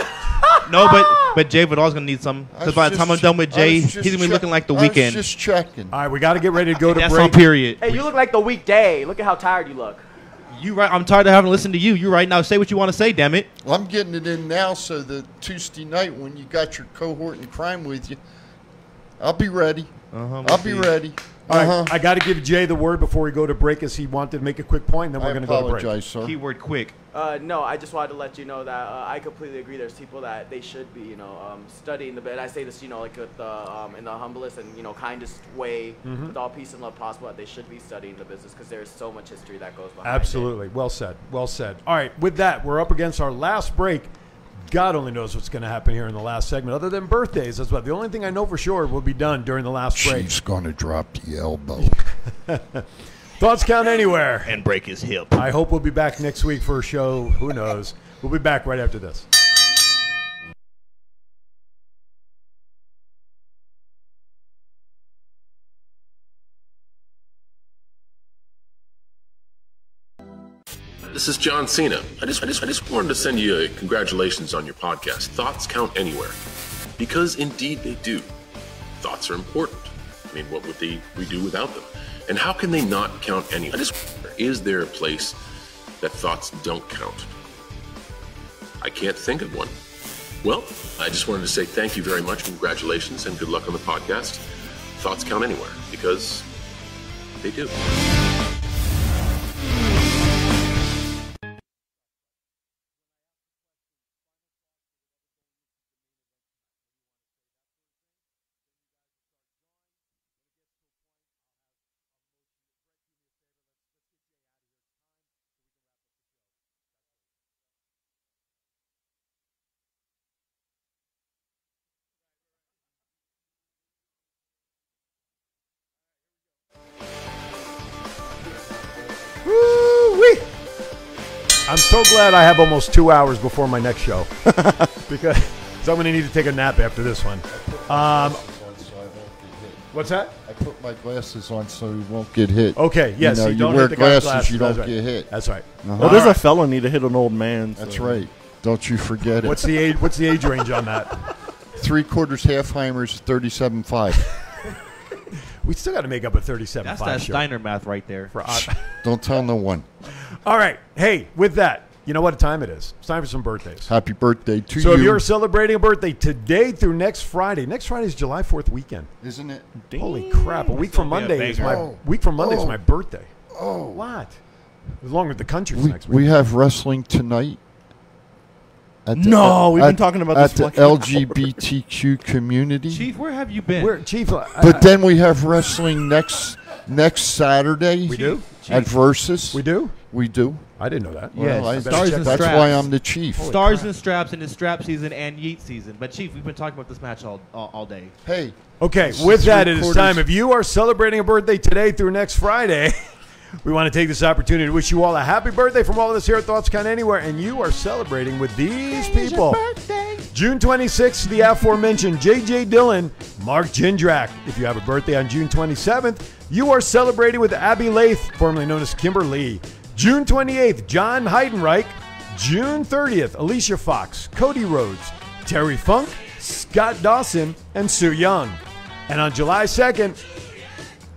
[SPEAKER 2] no, but but Jay Vidal's gonna need some
[SPEAKER 3] I was
[SPEAKER 2] because by the
[SPEAKER 3] just
[SPEAKER 2] time I'm done with
[SPEAKER 3] che- I
[SPEAKER 2] Jay,
[SPEAKER 3] was
[SPEAKER 2] he's
[SPEAKER 3] just
[SPEAKER 2] gonna be
[SPEAKER 3] che-
[SPEAKER 2] looking like the
[SPEAKER 3] I was
[SPEAKER 2] weekend.
[SPEAKER 3] just checking.
[SPEAKER 1] All right, we got to get ready to go to
[SPEAKER 2] That's
[SPEAKER 1] break.
[SPEAKER 2] on period.
[SPEAKER 4] Hey, you look like the weekday. Look at how tired you look.
[SPEAKER 2] You right? I'm tired of having to listen to you. You right now? Say what you want to say. Damn it.
[SPEAKER 3] Well, I'm getting it in now so that Tuesday night when you got your cohort in crime with you, I'll be ready.
[SPEAKER 2] Uh-huh,
[SPEAKER 3] I'll be
[SPEAKER 2] see. Uh-huh.
[SPEAKER 3] ready.
[SPEAKER 1] All right, I got to give Jay the word before we go to break, as he wanted to make a quick point. And then
[SPEAKER 3] I
[SPEAKER 1] we're going to go to break.
[SPEAKER 3] apologize, sir.
[SPEAKER 2] Keyword quick.
[SPEAKER 4] Uh, no, I just wanted to let you know that uh, I completely agree. There's people that they should be, you know, um, studying the. And I say this, you know, like with the, um, in the humblest and you know kindest way,
[SPEAKER 2] Mm-hmm.
[SPEAKER 1] Mhm.
[SPEAKER 4] with all peace and love possible, that they should be studying the business because there's so much history that goes behind.
[SPEAKER 1] Absolutely. Well said. Well said. All right. With that, we're up against our last break. God only knows what's going to happen here in the last segment, other than birthdays. That's about the only thing I know for sure will be done during the last break.
[SPEAKER 3] Chief's going to drop the elbow.
[SPEAKER 1] Thoughts count anywhere.
[SPEAKER 2] And break his hip.
[SPEAKER 1] I hope we'll be back next week for a show. Who knows? We'll be back right after this.
[SPEAKER 17] This is John Cena. I just, I just, I just wanted to send you a congratulations on your podcast. Thoughts count anywhere, because indeed they do. Thoughts are important. I mean, what would they we do without them? And how can they not count anywhere? I just wonder, is there a place that thoughts don't count? I can't think of one. Well, I just wanted to say thank you very much, congratulations, and good luck on the podcast. Thoughts count anywhere because they do.
[SPEAKER 1] Woo-wee. I'm so glad I have almost two hours before my next show because 'cause I'm going to need to take a nap after this one. Um, what's that?
[SPEAKER 3] I put my glasses on so you won't get hit.
[SPEAKER 1] Okay, yes,
[SPEAKER 3] You, know,
[SPEAKER 1] you don't
[SPEAKER 3] wear
[SPEAKER 1] hit the guy's glasses,
[SPEAKER 3] glasses, you don't
[SPEAKER 1] that's right.
[SPEAKER 3] get hit.
[SPEAKER 1] That's right.
[SPEAKER 3] Uh-huh.
[SPEAKER 7] Well, there's a felony to hit an old man.
[SPEAKER 3] That's
[SPEAKER 7] so-
[SPEAKER 3] right. Don't you forget it.
[SPEAKER 1] What's the age? What's the age range on that?
[SPEAKER 3] Three quarters Halfheimers, 37.5.
[SPEAKER 1] We still got to make up a 37
[SPEAKER 2] That's
[SPEAKER 1] five
[SPEAKER 2] that
[SPEAKER 1] show.
[SPEAKER 2] Steiner math right there.
[SPEAKER 1] For odd-
[SPEAKER 3] don't tell no one.
[SPEAKER 1] All right. Hey, with that, you know what time it is? It's time for some birthdays.
[SPEAKER 3] Happy birthday to
[SPEAKER 1] so
[SPEAKER 3] you.
[SPEAKER 1] if you're celebrating a birthday today through next Friday, next Friday is July 4th weekend.
[SPEAKER 3] Isn't it?
[SPEAKER 1] Holy crap! A week from
[SPEAKER 3] gonna be a
[SPEAKER 1] Monday is my
[SPEAKER 3] banger. Oh.
[SPEAKER 1] week from Monday is
[SPEAKER 3] Oh.
[SPEAKER 1] my birthday. Oh, what? Along with the country's
[SPEAKER 3] we,
[SPEAKER 1] next week.
[SPEAKER 3] we have wrestling tonight. At
[SPEAKER 1] No, we've been talking about
[SPEAKER 3] at
[SPEAKER 1] this for
[SPEAKER 3] the
[SPEAKER 1] like an
[SPEAKER 3] LGBTQ community.
[SPEAKER 2] Chief, where have you been?
[SPEAKER 1] Where, Chief? uh,
[SPEAKER 3] But
[SPEAKER 1] I-
[SPEAKER 3] then we have wrestling next next Saturday. We
[SPEAKER 1] do?
[SPEAKER 3] at Versus. We
[SPEAKER 1] do.
[SPEAKER 3] We do.
[SPEAKER 1] I didn't know that.
[SPEAKER 3] Well, I-
[SPEAKER 2] stars and
[SPEAKER 3] that's
[SPEAKER 2] straps.
[SPEAKER 3] why I'm the chief.
[SPEAKER 2] Stars and straps in his strap season and Yeet season. But Chief, we've been talking about this match all all, all day.
[SPEAKER 3] Hey,
[SPEAKER 1] Okay,
[SPEAKER 2] This
[SPEAKER 1] with
[SPEAKER 2] is
[SPEAKER 1] that,
[SPEAKER 2] three
[SPEAKER 1] it is
[SPEAKER 2] quarters.
[SPEAKER 1] time. If you are celebrating a birthday today through next Friday, we want to take this opportunity to wish you all a happy birthday from all of us here at Thoughts Count Anywhere. And you are celebrating with these people. June 26th, the aforementioned J.J. Dillon, Mark Jindrak. If you have a birthday on June 27th, you are celebrating with Abby Lath, formerly known as Kimberly. June 28th, John Heidenreich. June 30th, Alicia Fox, Cody Rhodes, Terry Funk, Scott Dawson, and Sue Young. And on July 2nd,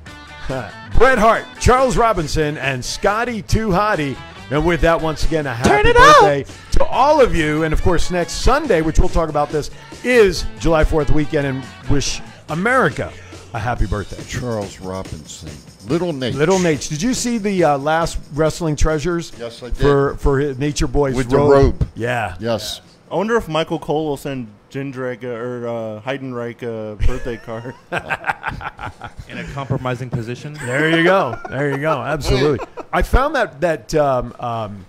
[SPEAKER 1] Bret Hart, Charles Robinson, and Scotty Too Hottie. And with that, once again, a happy birthday to all of you. And of course, next Sunday, which we'll talk about this, is July 4th weekend, and wish America a happy birthday.
[SPEAKER 3] Charles Robinson. Little Nate.
[SPEAKER 1] Little Nate. Did you see the uh, last Wrestling Treasures?
[SPEAKER 3] Yes, I did.
[SPEAKER 1] For, for his Nature Boy's
[SPEAKER 3] With the
[SPEAKER 1] robe.
[SPEAKER 3] robe.
[SPEAKER 1] Yeah.
[SPEAKER 3] Yes.
[SPEAKER 7] I wonder if Michael Cole will send Jindrak uh, or uh, Heidenreich a birthday card.
[SPEAKER 2] In a compromising position.
[SPEAKER 1] There you go. There you go. Absolutely. I found that that um, um,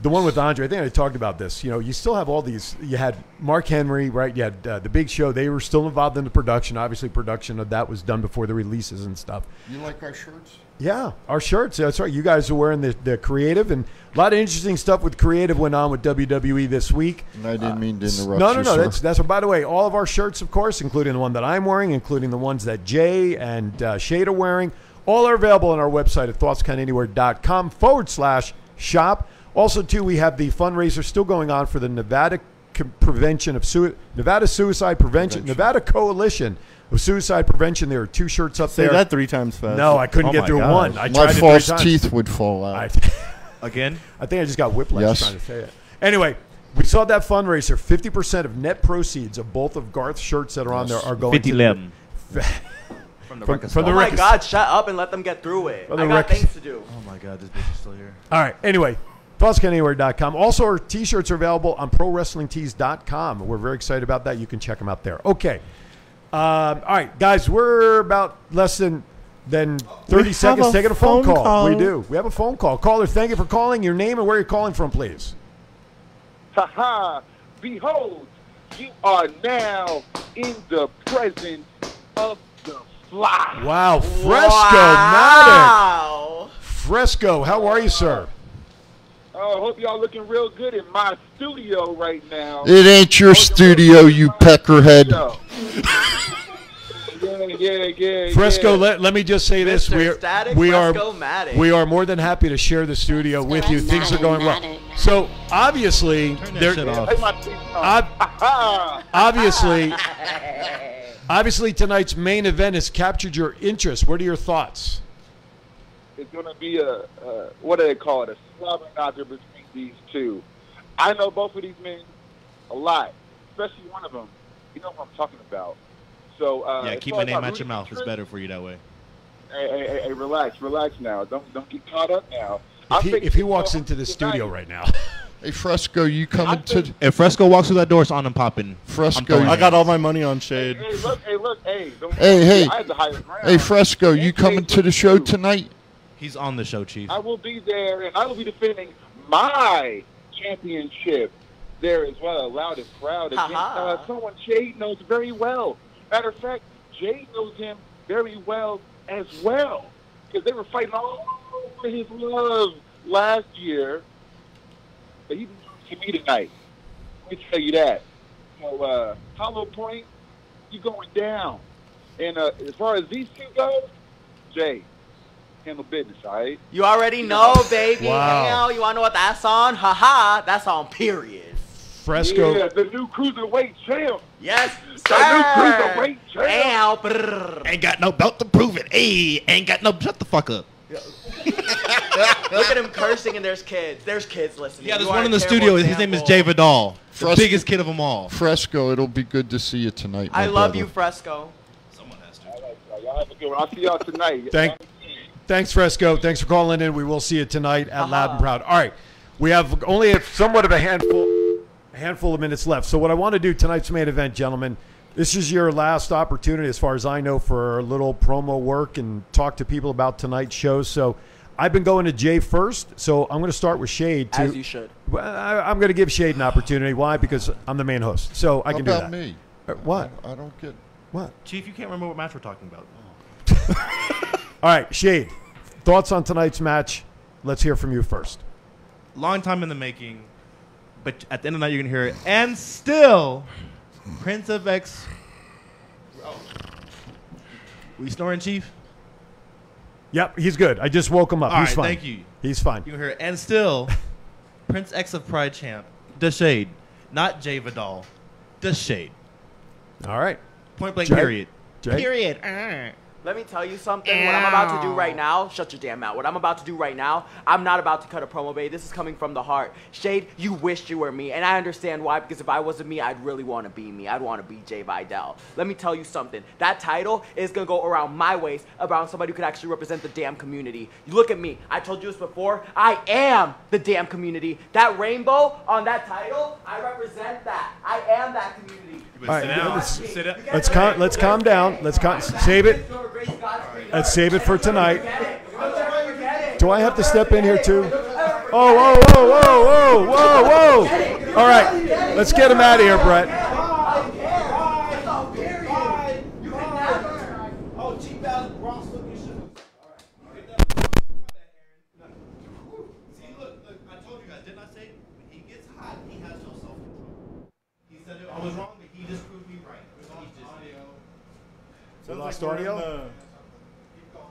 [SPEAKER 1] the one with Andre. I think I talked about this. You know, you still have all these. You had Mark Henry, right? You had uh, the Big Show. They were still involved in the production. Obviously, production of that was done before the releases and stuff.
[SPEAKER 3] You like our shirts?
[SPEAKER 1] Yeah, our shirts. That's right. You guys are wearing the, the creative, and a lot of interesting stuff with creative went on with WWE this week.
[SPEAKER 3] And I didn't mean to interrupt
[SPEAKER 1] Uh, No, no,
[SPEAKER 3] you,
[SPEAKER 1] no.
[SPEAKER 3] sir.
[SPEAKER 1] That's that's. By the way, all of our shirts, of course, including the one that I'm wearing, including the ones that Jay and uh, Shade are wearing, all are available on our website at thoughtskindanywhere.com forward slash shop. Also, too, we have the fundraiser still going on for the Nevada C- Prevention of Sui- Nevada Suicide Prevention, Nevada Coalition of Suicide Prevention. There are two shirts up
[SPEAKER 7] Say
[SPEAKER 1] there.
[SPEAKER 7] that three times fast.
[SPEAKER 1] No, I couldn't
[SPEAKER 7] Oh
[SPEAKER 1] get
[SPEAKER 7] my
[SPEAKER 1] through
[SPEAKER 7] gosh.
[SPEAKER 1] one. I
[SPEAKER 7] My
[SPEAKER 1] tried it three
[SPEAKER 7] false
[SPEAKER 1] times.
[SPEAKER 3] teeth would fall out.
[SPEAKER 1] I-
[SPEAKER 2] Again?
[SPEAKER 1] I think I just got whiplash
[SPEAKER 3] Yes.
[SPEAKER 1] trying to say it. Anyway, we saw that fundraiser. Fifty percent of net proceeds of both of Garth's shirts that are on there
[SPEAKER 3] Yes.
[SPEAKER 1] are going
[SPEAKER 2] 50
[SPEAKER 1] to
[SPEAKER 2] lem.
[SPEAKER 1] The,
[SPEAKER 2] From the
[SPEAKER 1] From-
[SPEAKER 2] ruckus.
[SPEAKER 1] from the
[SPEAKER 2] Oh
[SPEAKER 4] Oh
[SPEAKER 2] my
[SPEAKER 4] my God, shut up and let them get through it.
[SPEAKER 1] From
[SPEAKER 4] I
[SPEAKER 1] the
[SPEAKER 4] got
[SPEAKER 1] ruckus.
[SPEAKER 4] things to do.
[SPEAKER 2] Oh my God, this bitch is still here.
[SPEAKER 1] All right. Anyway, thoughtscananywhere.com. Also, our t shirts are available on prowrestlingtees.com. We're very excited about that. You can check them out there. Okay. Um, all right, guys, we're about less than than 30
[SPEAKER 7] have
[SPEAKER 1] seconds
[SPEAKER 7] a
[SPEAKER 1] taking a phone,
[SPEAKER 7] phone
[SPEAKER 1] call.
[SPEAKER 7] call.
[SPEAKER 1] We do. We have a phone call. Caller, thank you for calling. Your name and where you're calling from, please.
[SPEAKER 18] Ha ha! Behold, you are now in the presence of the fly.
[SPEAKER 1] Wow, Fresco
[SPEAKER 18] Wow.
[SPEAKER 1] Matic. Fresco, how are you, sir?
[SPEAKER 18] Oh, I hope y'all looking real good in my studio right now.
[SPEAKER 3] It ain't your studio, you peckerhead.
[SPEAKER 18] Yeah, yeah, yeah.
[SPEAKER 1] Fresco,
[SPEAKER 18] yeah.
[SPEAKER 1] let, let me just say this:
[SPEAKER 18] Mr.
[SPEAKER 1] we are
[SPEAKER 18] Static
[SPEAKER 1] we
[SPEAKER 18] Fresco
[SPEAKER 1] are
[SPEAKER 18] Matic.
[SPEAKER 1] we are more than happy to share the studio with you. Things are going well. So obviously, there,
[SPEAKER 18] Hey, my teeth on.
[SPEAKER 1] ob-
[SPEAKER 18] Ha, ha.
[SPEAKER 1] obviously, obviously tonight's main event has captured your interest. What are your thoughts?
[SPEAKER 18] It's going to be a, a what do they call it? A slobbering knocker between these two. I know both of these men a lot, especially one of them. You know what I'm talking about. So uh,
[SPEAKER 2] yeah,
[SPEAKER 18] as
[SPEAKER 2] keep
[SPEAKER 18] far
[SPEAKER 2] my
[SPEAKER 18] as
[SPEAKER 2] name
[SPEAKER 18] I
[SPEAKER 2] out your
[SPEAKER 18] really-
[SPEAKER 2] mouth. It's better for you that way.
[SPEAKER 18] Hey, hey, hey, hey, relax, relax now. Don't don't get caught up now.
[SPEAKER 1] If he, if he walks into the studio right now,
[SPEAKER 3] Hey, Fresco, you coming to
[SPEAKER 2] If Fresco walks through that door, it's on and popping.
[SPEAKER 3] Fresco?
[SPEAKER 7] I got all my money on Shade.
[SPEAKER 18] Hey, look, hey, look, hey. Don't
[SPEAKER 3] Hey, hey,
[SPEAKER 18] I had the higher ground.
[SPEAKER 3] hey, Fresco, you coming to the show tonight?
[SPEAKER 2] He's on the show, Chief.
[SPEAKER 18] I will be there, and I will be defending my championship there as well. Loud and proud. Against,
[SPEAKER 4] Ha-ha.
[SPEAKER 18] uh, someone Jade knows very well. Matter of fact, Jade knows him very well as well because they were fighting all for his love last year, but he didn't see me tonight. Let me tell you that. So, uh, Hollow Point, you going down. And uh, as far as these two go, Jay, handle business, all right?
[SPEAKER 4] You already know, baby.
[SPEAKER 18] Wow.
[SPEAKER 4] Hell, you wanna know what that's on? Haha, that's on period.
[SPEAKER 1] Fresco.
[SPEAKER 18] Yeah, the new cruiserweight champ.
[SPEAKER 4] Yes,
[SPEAKER 18] The new
[SPEAKER 4] sir.
[SPEAKER 18] cruiserweight champ.
[SPEAKER 2] Ain't got no belt to prove it. Hey, ain't got no. Shut the fuck up.
[SPEAKER 4] Look at him cursing, and there's kids. There's kids listening.
[SPEAKER 2] Yeah, there's
[SPEAKER 4] You are
[SPEAKER 2] one in
[SPEAKER 4] a
[SPEAKER 2] the
[SPEAKER 4] terrible
[SPEAKER 2] studio. His
[SPEAKER 4] example.
[SPEAKER 2] name is Jay Vidal, the
[SPEAKER 3] Fresco.
[SPEAKER 2] biggest kid of them all.
[SPEAKER 3] Fresco, it'll be good to see you tonight. my
[SPEAKER 4] I love
[SPEAKER 3] brother.
[SPEAKER 4] you, Fresco.
[SPEAKER 2] Someone has to.
[SPEAKER 18] Y'all have a good one. I'll see y'all tonight.
[SPEAKER 1] Thank, thanks, Fresco. Thanks for calling in. We will see you tonight at Loud
[SPEAKER 4] Uh-huh.
[SPEAKER 1] and Proud. All right, we have only a, somewhat of a handful, a handful of minutes left. So what I want to do tonight's main event, gentlemen, this is your last opportunity, as far as I know, for a little promo work and talk to people about tonight's show. So I've been going to Jay first. So I'm going to start with Shade. To,
[SPEAKER 4] As you should.
[SPEAKER 1] Well, I, am going to give Shade an opportunity. Why? Because I'm the main host,
[SPEAKER 2] Oh,
[SPEAKER 1] so I
[SPEAKER 3] How
[SPEAKER 1] can do that.
[SPEAKER 3] about me?
[SPEAKER 1] Uh, What?
[SPEAKER 3] I don't get.
[SPEAKER 1] What?
[SPEAKER 2] Chief, you can't remember what match we're talking about.
[SPEAKER 1] All right, Shade. Thoughts on tonight's match? Let's hear from you first.
[SPEAKER 2] long time in the making, but at the end of the night you're gonna hear it. And still, Prince of X. We snoring, Chief?
[SPEAKER 1] Yep, he's good. I just woke him up.
[SPEAKER 2] All
[SPEAKER 1] he's
[SPEAKER 2] right,
[SPEAKER 1] fine.
[SPEAKER 2] thank you.
[SPEAKER 1] He's fine.
[SPEAKER 2] You can hear it. And still, Prince X of Pride champ, the Shade, not Jay Vidal, the Shade.
[SPEAKER 1] All right.
[SPEAKER 2] Point blank.
[SPEAKER 1] Jay?
[SPEAKER 2] Period.
[SPEAKER 1] Jay?
[SPEAKER 2] Period.
[SPEAKER 4] Let me tell you something. What I'm about to do right now, shut your damn mouth. What I'm about to do right now, I'm not about to cut a promo, babe. This is coming from the heart. Shade, you wished you were me, and I understand why. Because if I wasn't me, I'd really want to be me. I'd want to be Jay Vidal. Let me tell you something. That title is gonna go around my waist, around somebody who could actually represent the damn community. You look at me. I told you this before. I am the damn community. That rainbow on that title, I represent that. I am that community.
[SPEAKER 1] All right, let's,
[SPEAKER 4] Sit up.
[SPEAKER 1] let's calm. Let's calm down. Let's calm, save it. Let's save it for tonight. Do I have to step in here too? Oh, whoa, whoa, whoa, whoa, whoa, whoa! All right, let's get him out of here, Brett.
[SPEAKER 19] Oh, cheap ass Bronx looking shit.
[SPEAKER 2] I was wrong, but he just proved me right.
[SPEAKER 1] We lost audio.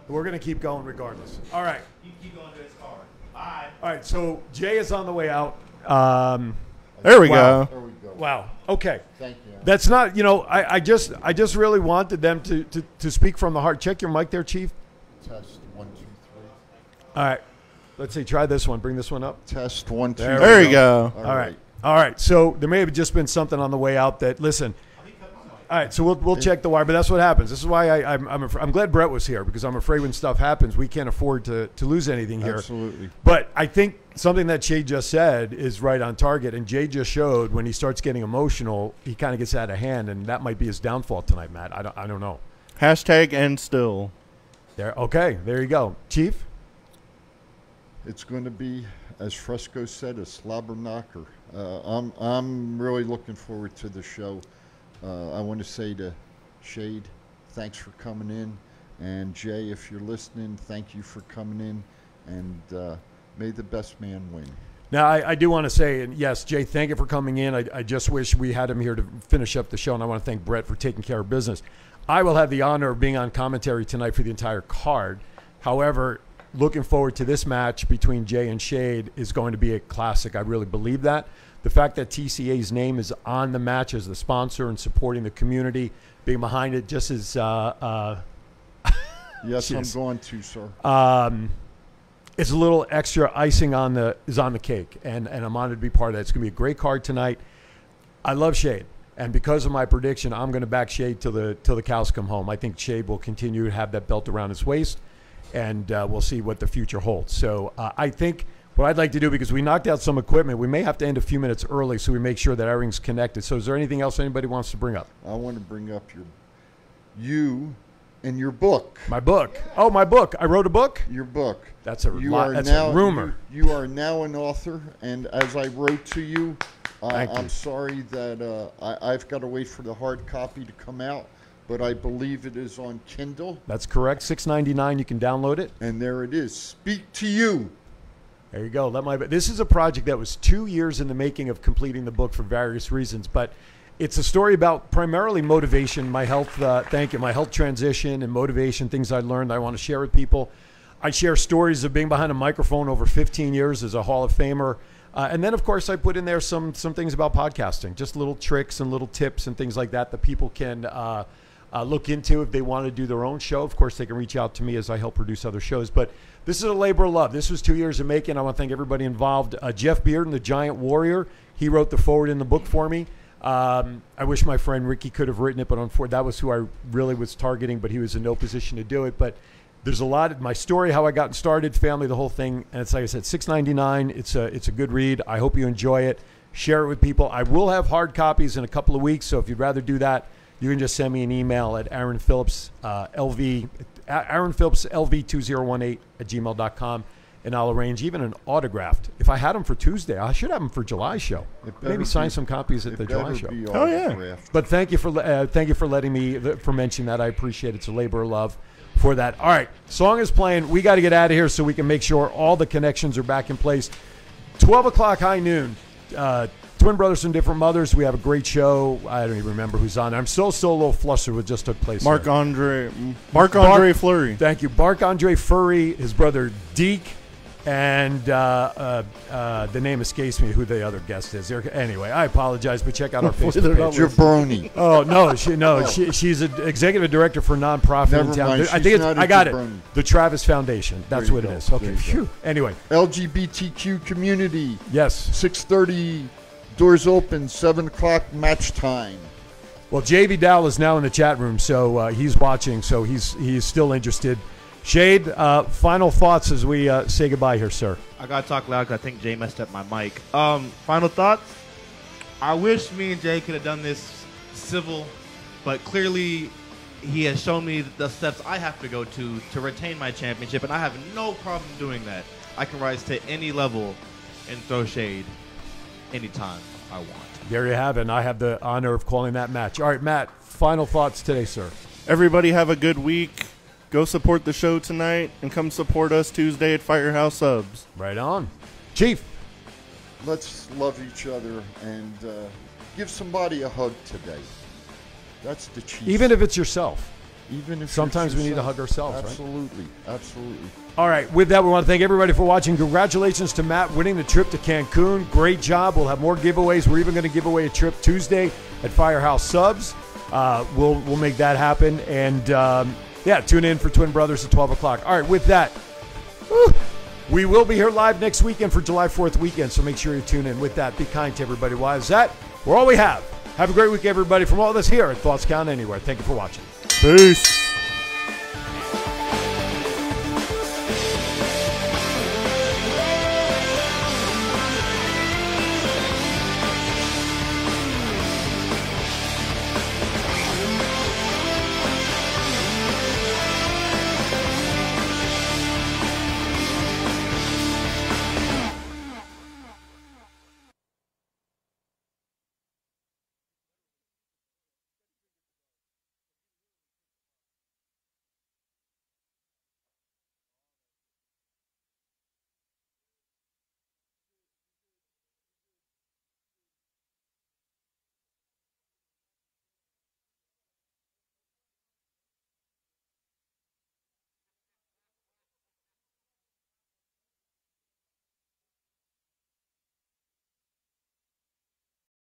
[SPEAKER 1] We're gonna keep going regardless. All right.
[SPEAKER 2] You keep going to his car. Bye.
[SPEAKER 1] All right. So Jay is on the way out. Um,
[SPEAKER 7] There we
[SPEAKER 1] wow.
[SPEAKER 7] go. There we
[SPEAKER 1] go. Wow. Okay.
[SPEAKER 3] Thank you.
[SPEAKER 1] That's not. You know, I, I just I just really wanted them to, to to speak from the heart. Check your mic there, Chief.
[SPEAKER 3] Test one, two, three.
[SPEAKER 1] All right. Let's see. Try this one. Bring this one up.
[SPEAKER 3] Test one, two.
[SPEAKER 1] There,
[SPEAKER 7] There
[SPEAKER 1] we
[SPEAKER 7] you
[SPEAKER 1] go.
[SPEAKER 7] go.
[SPEAKER 1] All right. All right. So there may have just been something on the way out that listen. All right, so we'll, we'll check the wire, but that's what happens. This is why I, I'm, I'm, af- I'm glad Brett was here because I'm afraid when stuff happens, we can't afford to, to lose anything here.
[SPEAKER 3] Absolutely.
[SPEAKER 1] But I think something that Jay just said is right on target. And Jay just showed when he starts getting emotional, he kind of gets out of hand, and that might be his downfall tonight, Matt. I don't, I don't know.
[SPEAKER 7] Hashtag and still.
[SPEAKER 1] There, okay, there you go, Chief.
[SPEAKER 3] It's going to be, as Fresco said, a slobber knocker. Uh, I'm I'm really looking forward to the show. Uh, I want to say to Shade, thanks for coming in, and Jay, if you're listening, thank you for coming in, and uh, may the best man win.
[SPEAKER 1] Now, I, I do want to say, and yes, Jay, thank you for coming in. I, I just wish we had him here to finish up the show, and I want to thank Brett for taking care of business. I will have the honor of being on commentary tonight for the entire card. However, looking forward to this match between Jay and Shade is going to be a classic. I really believe that. The fact that TCA's name is on the match as the sponsor and supporting the community, being behind it, just as uh, uh,
[SPEAKER 3] Yes,
[SPEAKER 1] Jeez.
[SPEAKER 3] I'm going to, sir.
[SPEAKER 1] um, it's a little extra icing on the is on the cake, and and I'm honored to be part of that. It's going to be a great card tonight. I love Shade, and because of my prediction, I'm going to back Shade till the till the cows come home. I think Shade will continue to have that belt around his waist, and uh, we'll see what the future holds. So uh, I think. What I'd like to do because we knocked out some equipment, we may have to end a few minutes early so we make sure that everything's connected. So, is there anything else anybody wants to bring up?
[SPEAKER 3] I want to bring up your you and your book.
[SPEAKER 1] My book. Oh, my book. I wrote a book.
[SPEAKER 3] Your book.
[SPEAKER 1] That's a lot, that's a rumor.
[SPEAKER 3] You, you are now an author, and as I wrote to you, I,
[SPEAKER 1] Thank you.
[SPEAKER 3] I'm sorry that uh, I, I've got to wait for the hard copy to come out, but I believe it is on Kindle,
[SPEAKER 1] That's correct. Six ninety nine. You can download it.
[SPEAKER 3] and there it is. Speak to you.
[SPEAKER 1] There you go. Let my. This is a project that was two years in the making of completing the book for various reasons, but it's a story about primarily motivation, my health. Uh, thank you. My health transition and motivation, things I learned. I want to share with people. I share stories of being behind a microphone over 15 years as a Hall of Famer. Uh, and then, of course, I put in there some some things about podcasting, just little tricks and little tips and things like that that people can uh, uh, look into if they want to do their own show. Of course, they can reach out to me as I help produce other shows. But this is a labor of love. This was two years of making. I want to thank everybody involved. Uh, Jeff Bearden, the Giant Warrior, he wrote the forward in the book for me. Um, I wish my friend Ricky could have written it, but unfortunately, that was who I really was targeting, but he was in no position to do it. But there's a lot of my story, how I got started, family, the whole thing, and it's like I said, 6.99. It's a it's a good read. I hope you enjoy it. Share it with people. I will have hard copies in a couple of weeks, so if you'd rather do that, you can just send me an email at Aaron Phillips uh, LV Aaron Phillips LV two zero one eight at gmail.com, and I'll arrange even an autographed. If I had them for Tuesday, I should have them for July show.
[SPEAKER 3] better
[SPEAKER 1] Maybe sign
[SPEAKER 3] be-
[SPEAKER 1] some copies at
[SPEAKER 3] it
[SPEAKER 1] the July
[SPEAKER 3] better
[SPEAKER 1] show.
[SPEAKER 3] be Oh, yeah. autographed.
[SPEAKER 1] But thank you for le- uh, thank you for letting me for mentioning that. I appreciate it. it's a labor of love for that. All right, song is playing. We got to get out of here so we can make sure all the connections are back in place. Twelve o'clock, high noon. Uh, Twin brothers from different mothers. We have a great show. I don't even remember who's on. I'm so so a little flustered with just took place.
[SPEAKER 7] Mark
[SPEAKER 1] there.
[SPEAKER 7] Andre. Mark Andre Fleury.
[SPEAKER 1] Thank you, Mark Andre Fleury. His brother Deke, and uh, uh, uh, the name escapes me. Who the other guest is? There- Anyway, I apologize, but check out our
[SPEAKER 3] Boy, they're
[SPEAKER 1] Facebook
[SPEAKER 3] not
[SPEAKER 1] page.
[SPEAKER 3] listening. Jabroni.
[SPEAKER 1] Oh no, she no,
[SPEAKER 3] Oh.
[SPEAKER 1] she, she's an executive director for nonprofit
[SPEAKER 3] Never
[SPEAKER 1] in town.
[SPEAKER 3] mind,
[SPEAKER 1] I
[SPEAKER 3] she's
[SPEAKER 1] think it's,
[SPEAKER 3] not a
[SPEAKER 1] I got it.
[SPEAKER 3] jabroni.
[SPEAKER 1] The Travis Foundation. That's
[SPEAKER 3] There
[SPEAKER 1] what
[SPEAKER 3] you
[SPEAKER 1] it
[SPEAKER 3] go.
[SPEAKER 1] is. Okay.
[SPEAKER 3] There you go.
[SPEAKER 1] Phew. Anyway,
[SPEAKER 3] LGBTQ community.
[SPEAKER 1] Yes.
[SPEAKER 3] 6:30. Doors open. Seven o'clock. Match time.
[SPEAKER 1] Well, JV Dowell is now in the chat room, so uh, he's watching. So he's he's still interested. Shade, uh, final thoughts as we uh, say goodbye here, sir.
[SPEAKER 2] I gotta talk loud 'cause I think Jay messed up my mic. Um, final thoughts. I wish me and Jay could have done this civil, but clearly he has shown me the steps I have to go to to retain my championship, and I have no problem doing that. I can rise to any level and throw shade anytime I want.
[SPEAKER 1] There you have it. And I have the honor of calling that match. All right, Matt. Final thoughts today, sir.
[SPEAKER 7] Everybody have a good week. Go support the show tonight and come support us Tuesday at Firehouse Subs.
[SPEAKER 1] Right on. Chief.
[SPEAKER 3] Let's love each other and uh, give somebody a hug today. That's the chief.
[SPEAKER 1] Even if it's yourself.
[SPEAKER 3] Even if
[SPEAKER 1] sometimes
[SPEAKER 3] it's
[SPEAKER 1] we need to
[SPEAKER 3] yourself.
[SPEAKER 1] hug ourselves, right?
[SPEAKER 3] Absolutely, absolutely.
[SPEAKER 1] All right, with that, we want to thank everybody for watching. Congratulations to Matt winning the trip to Cancun. Great job. We'll have more giveaways. We're even going to give away a trip Tuesday at Firehouse Subs. Uh, we'll we'll make that happen. And um, yeah, tune in for Twin Brothers at 12 o'clock. All right, with that, whew, we will be here live next weekend for July 4th weekend, so make sure you tune in. With that, be kind to everybody. Why is that? We're all we have. Have a great week, everybody. From all of us here at Thoughts Count Anywhere, thank you for watching.
[SPEAKER 7] Peace.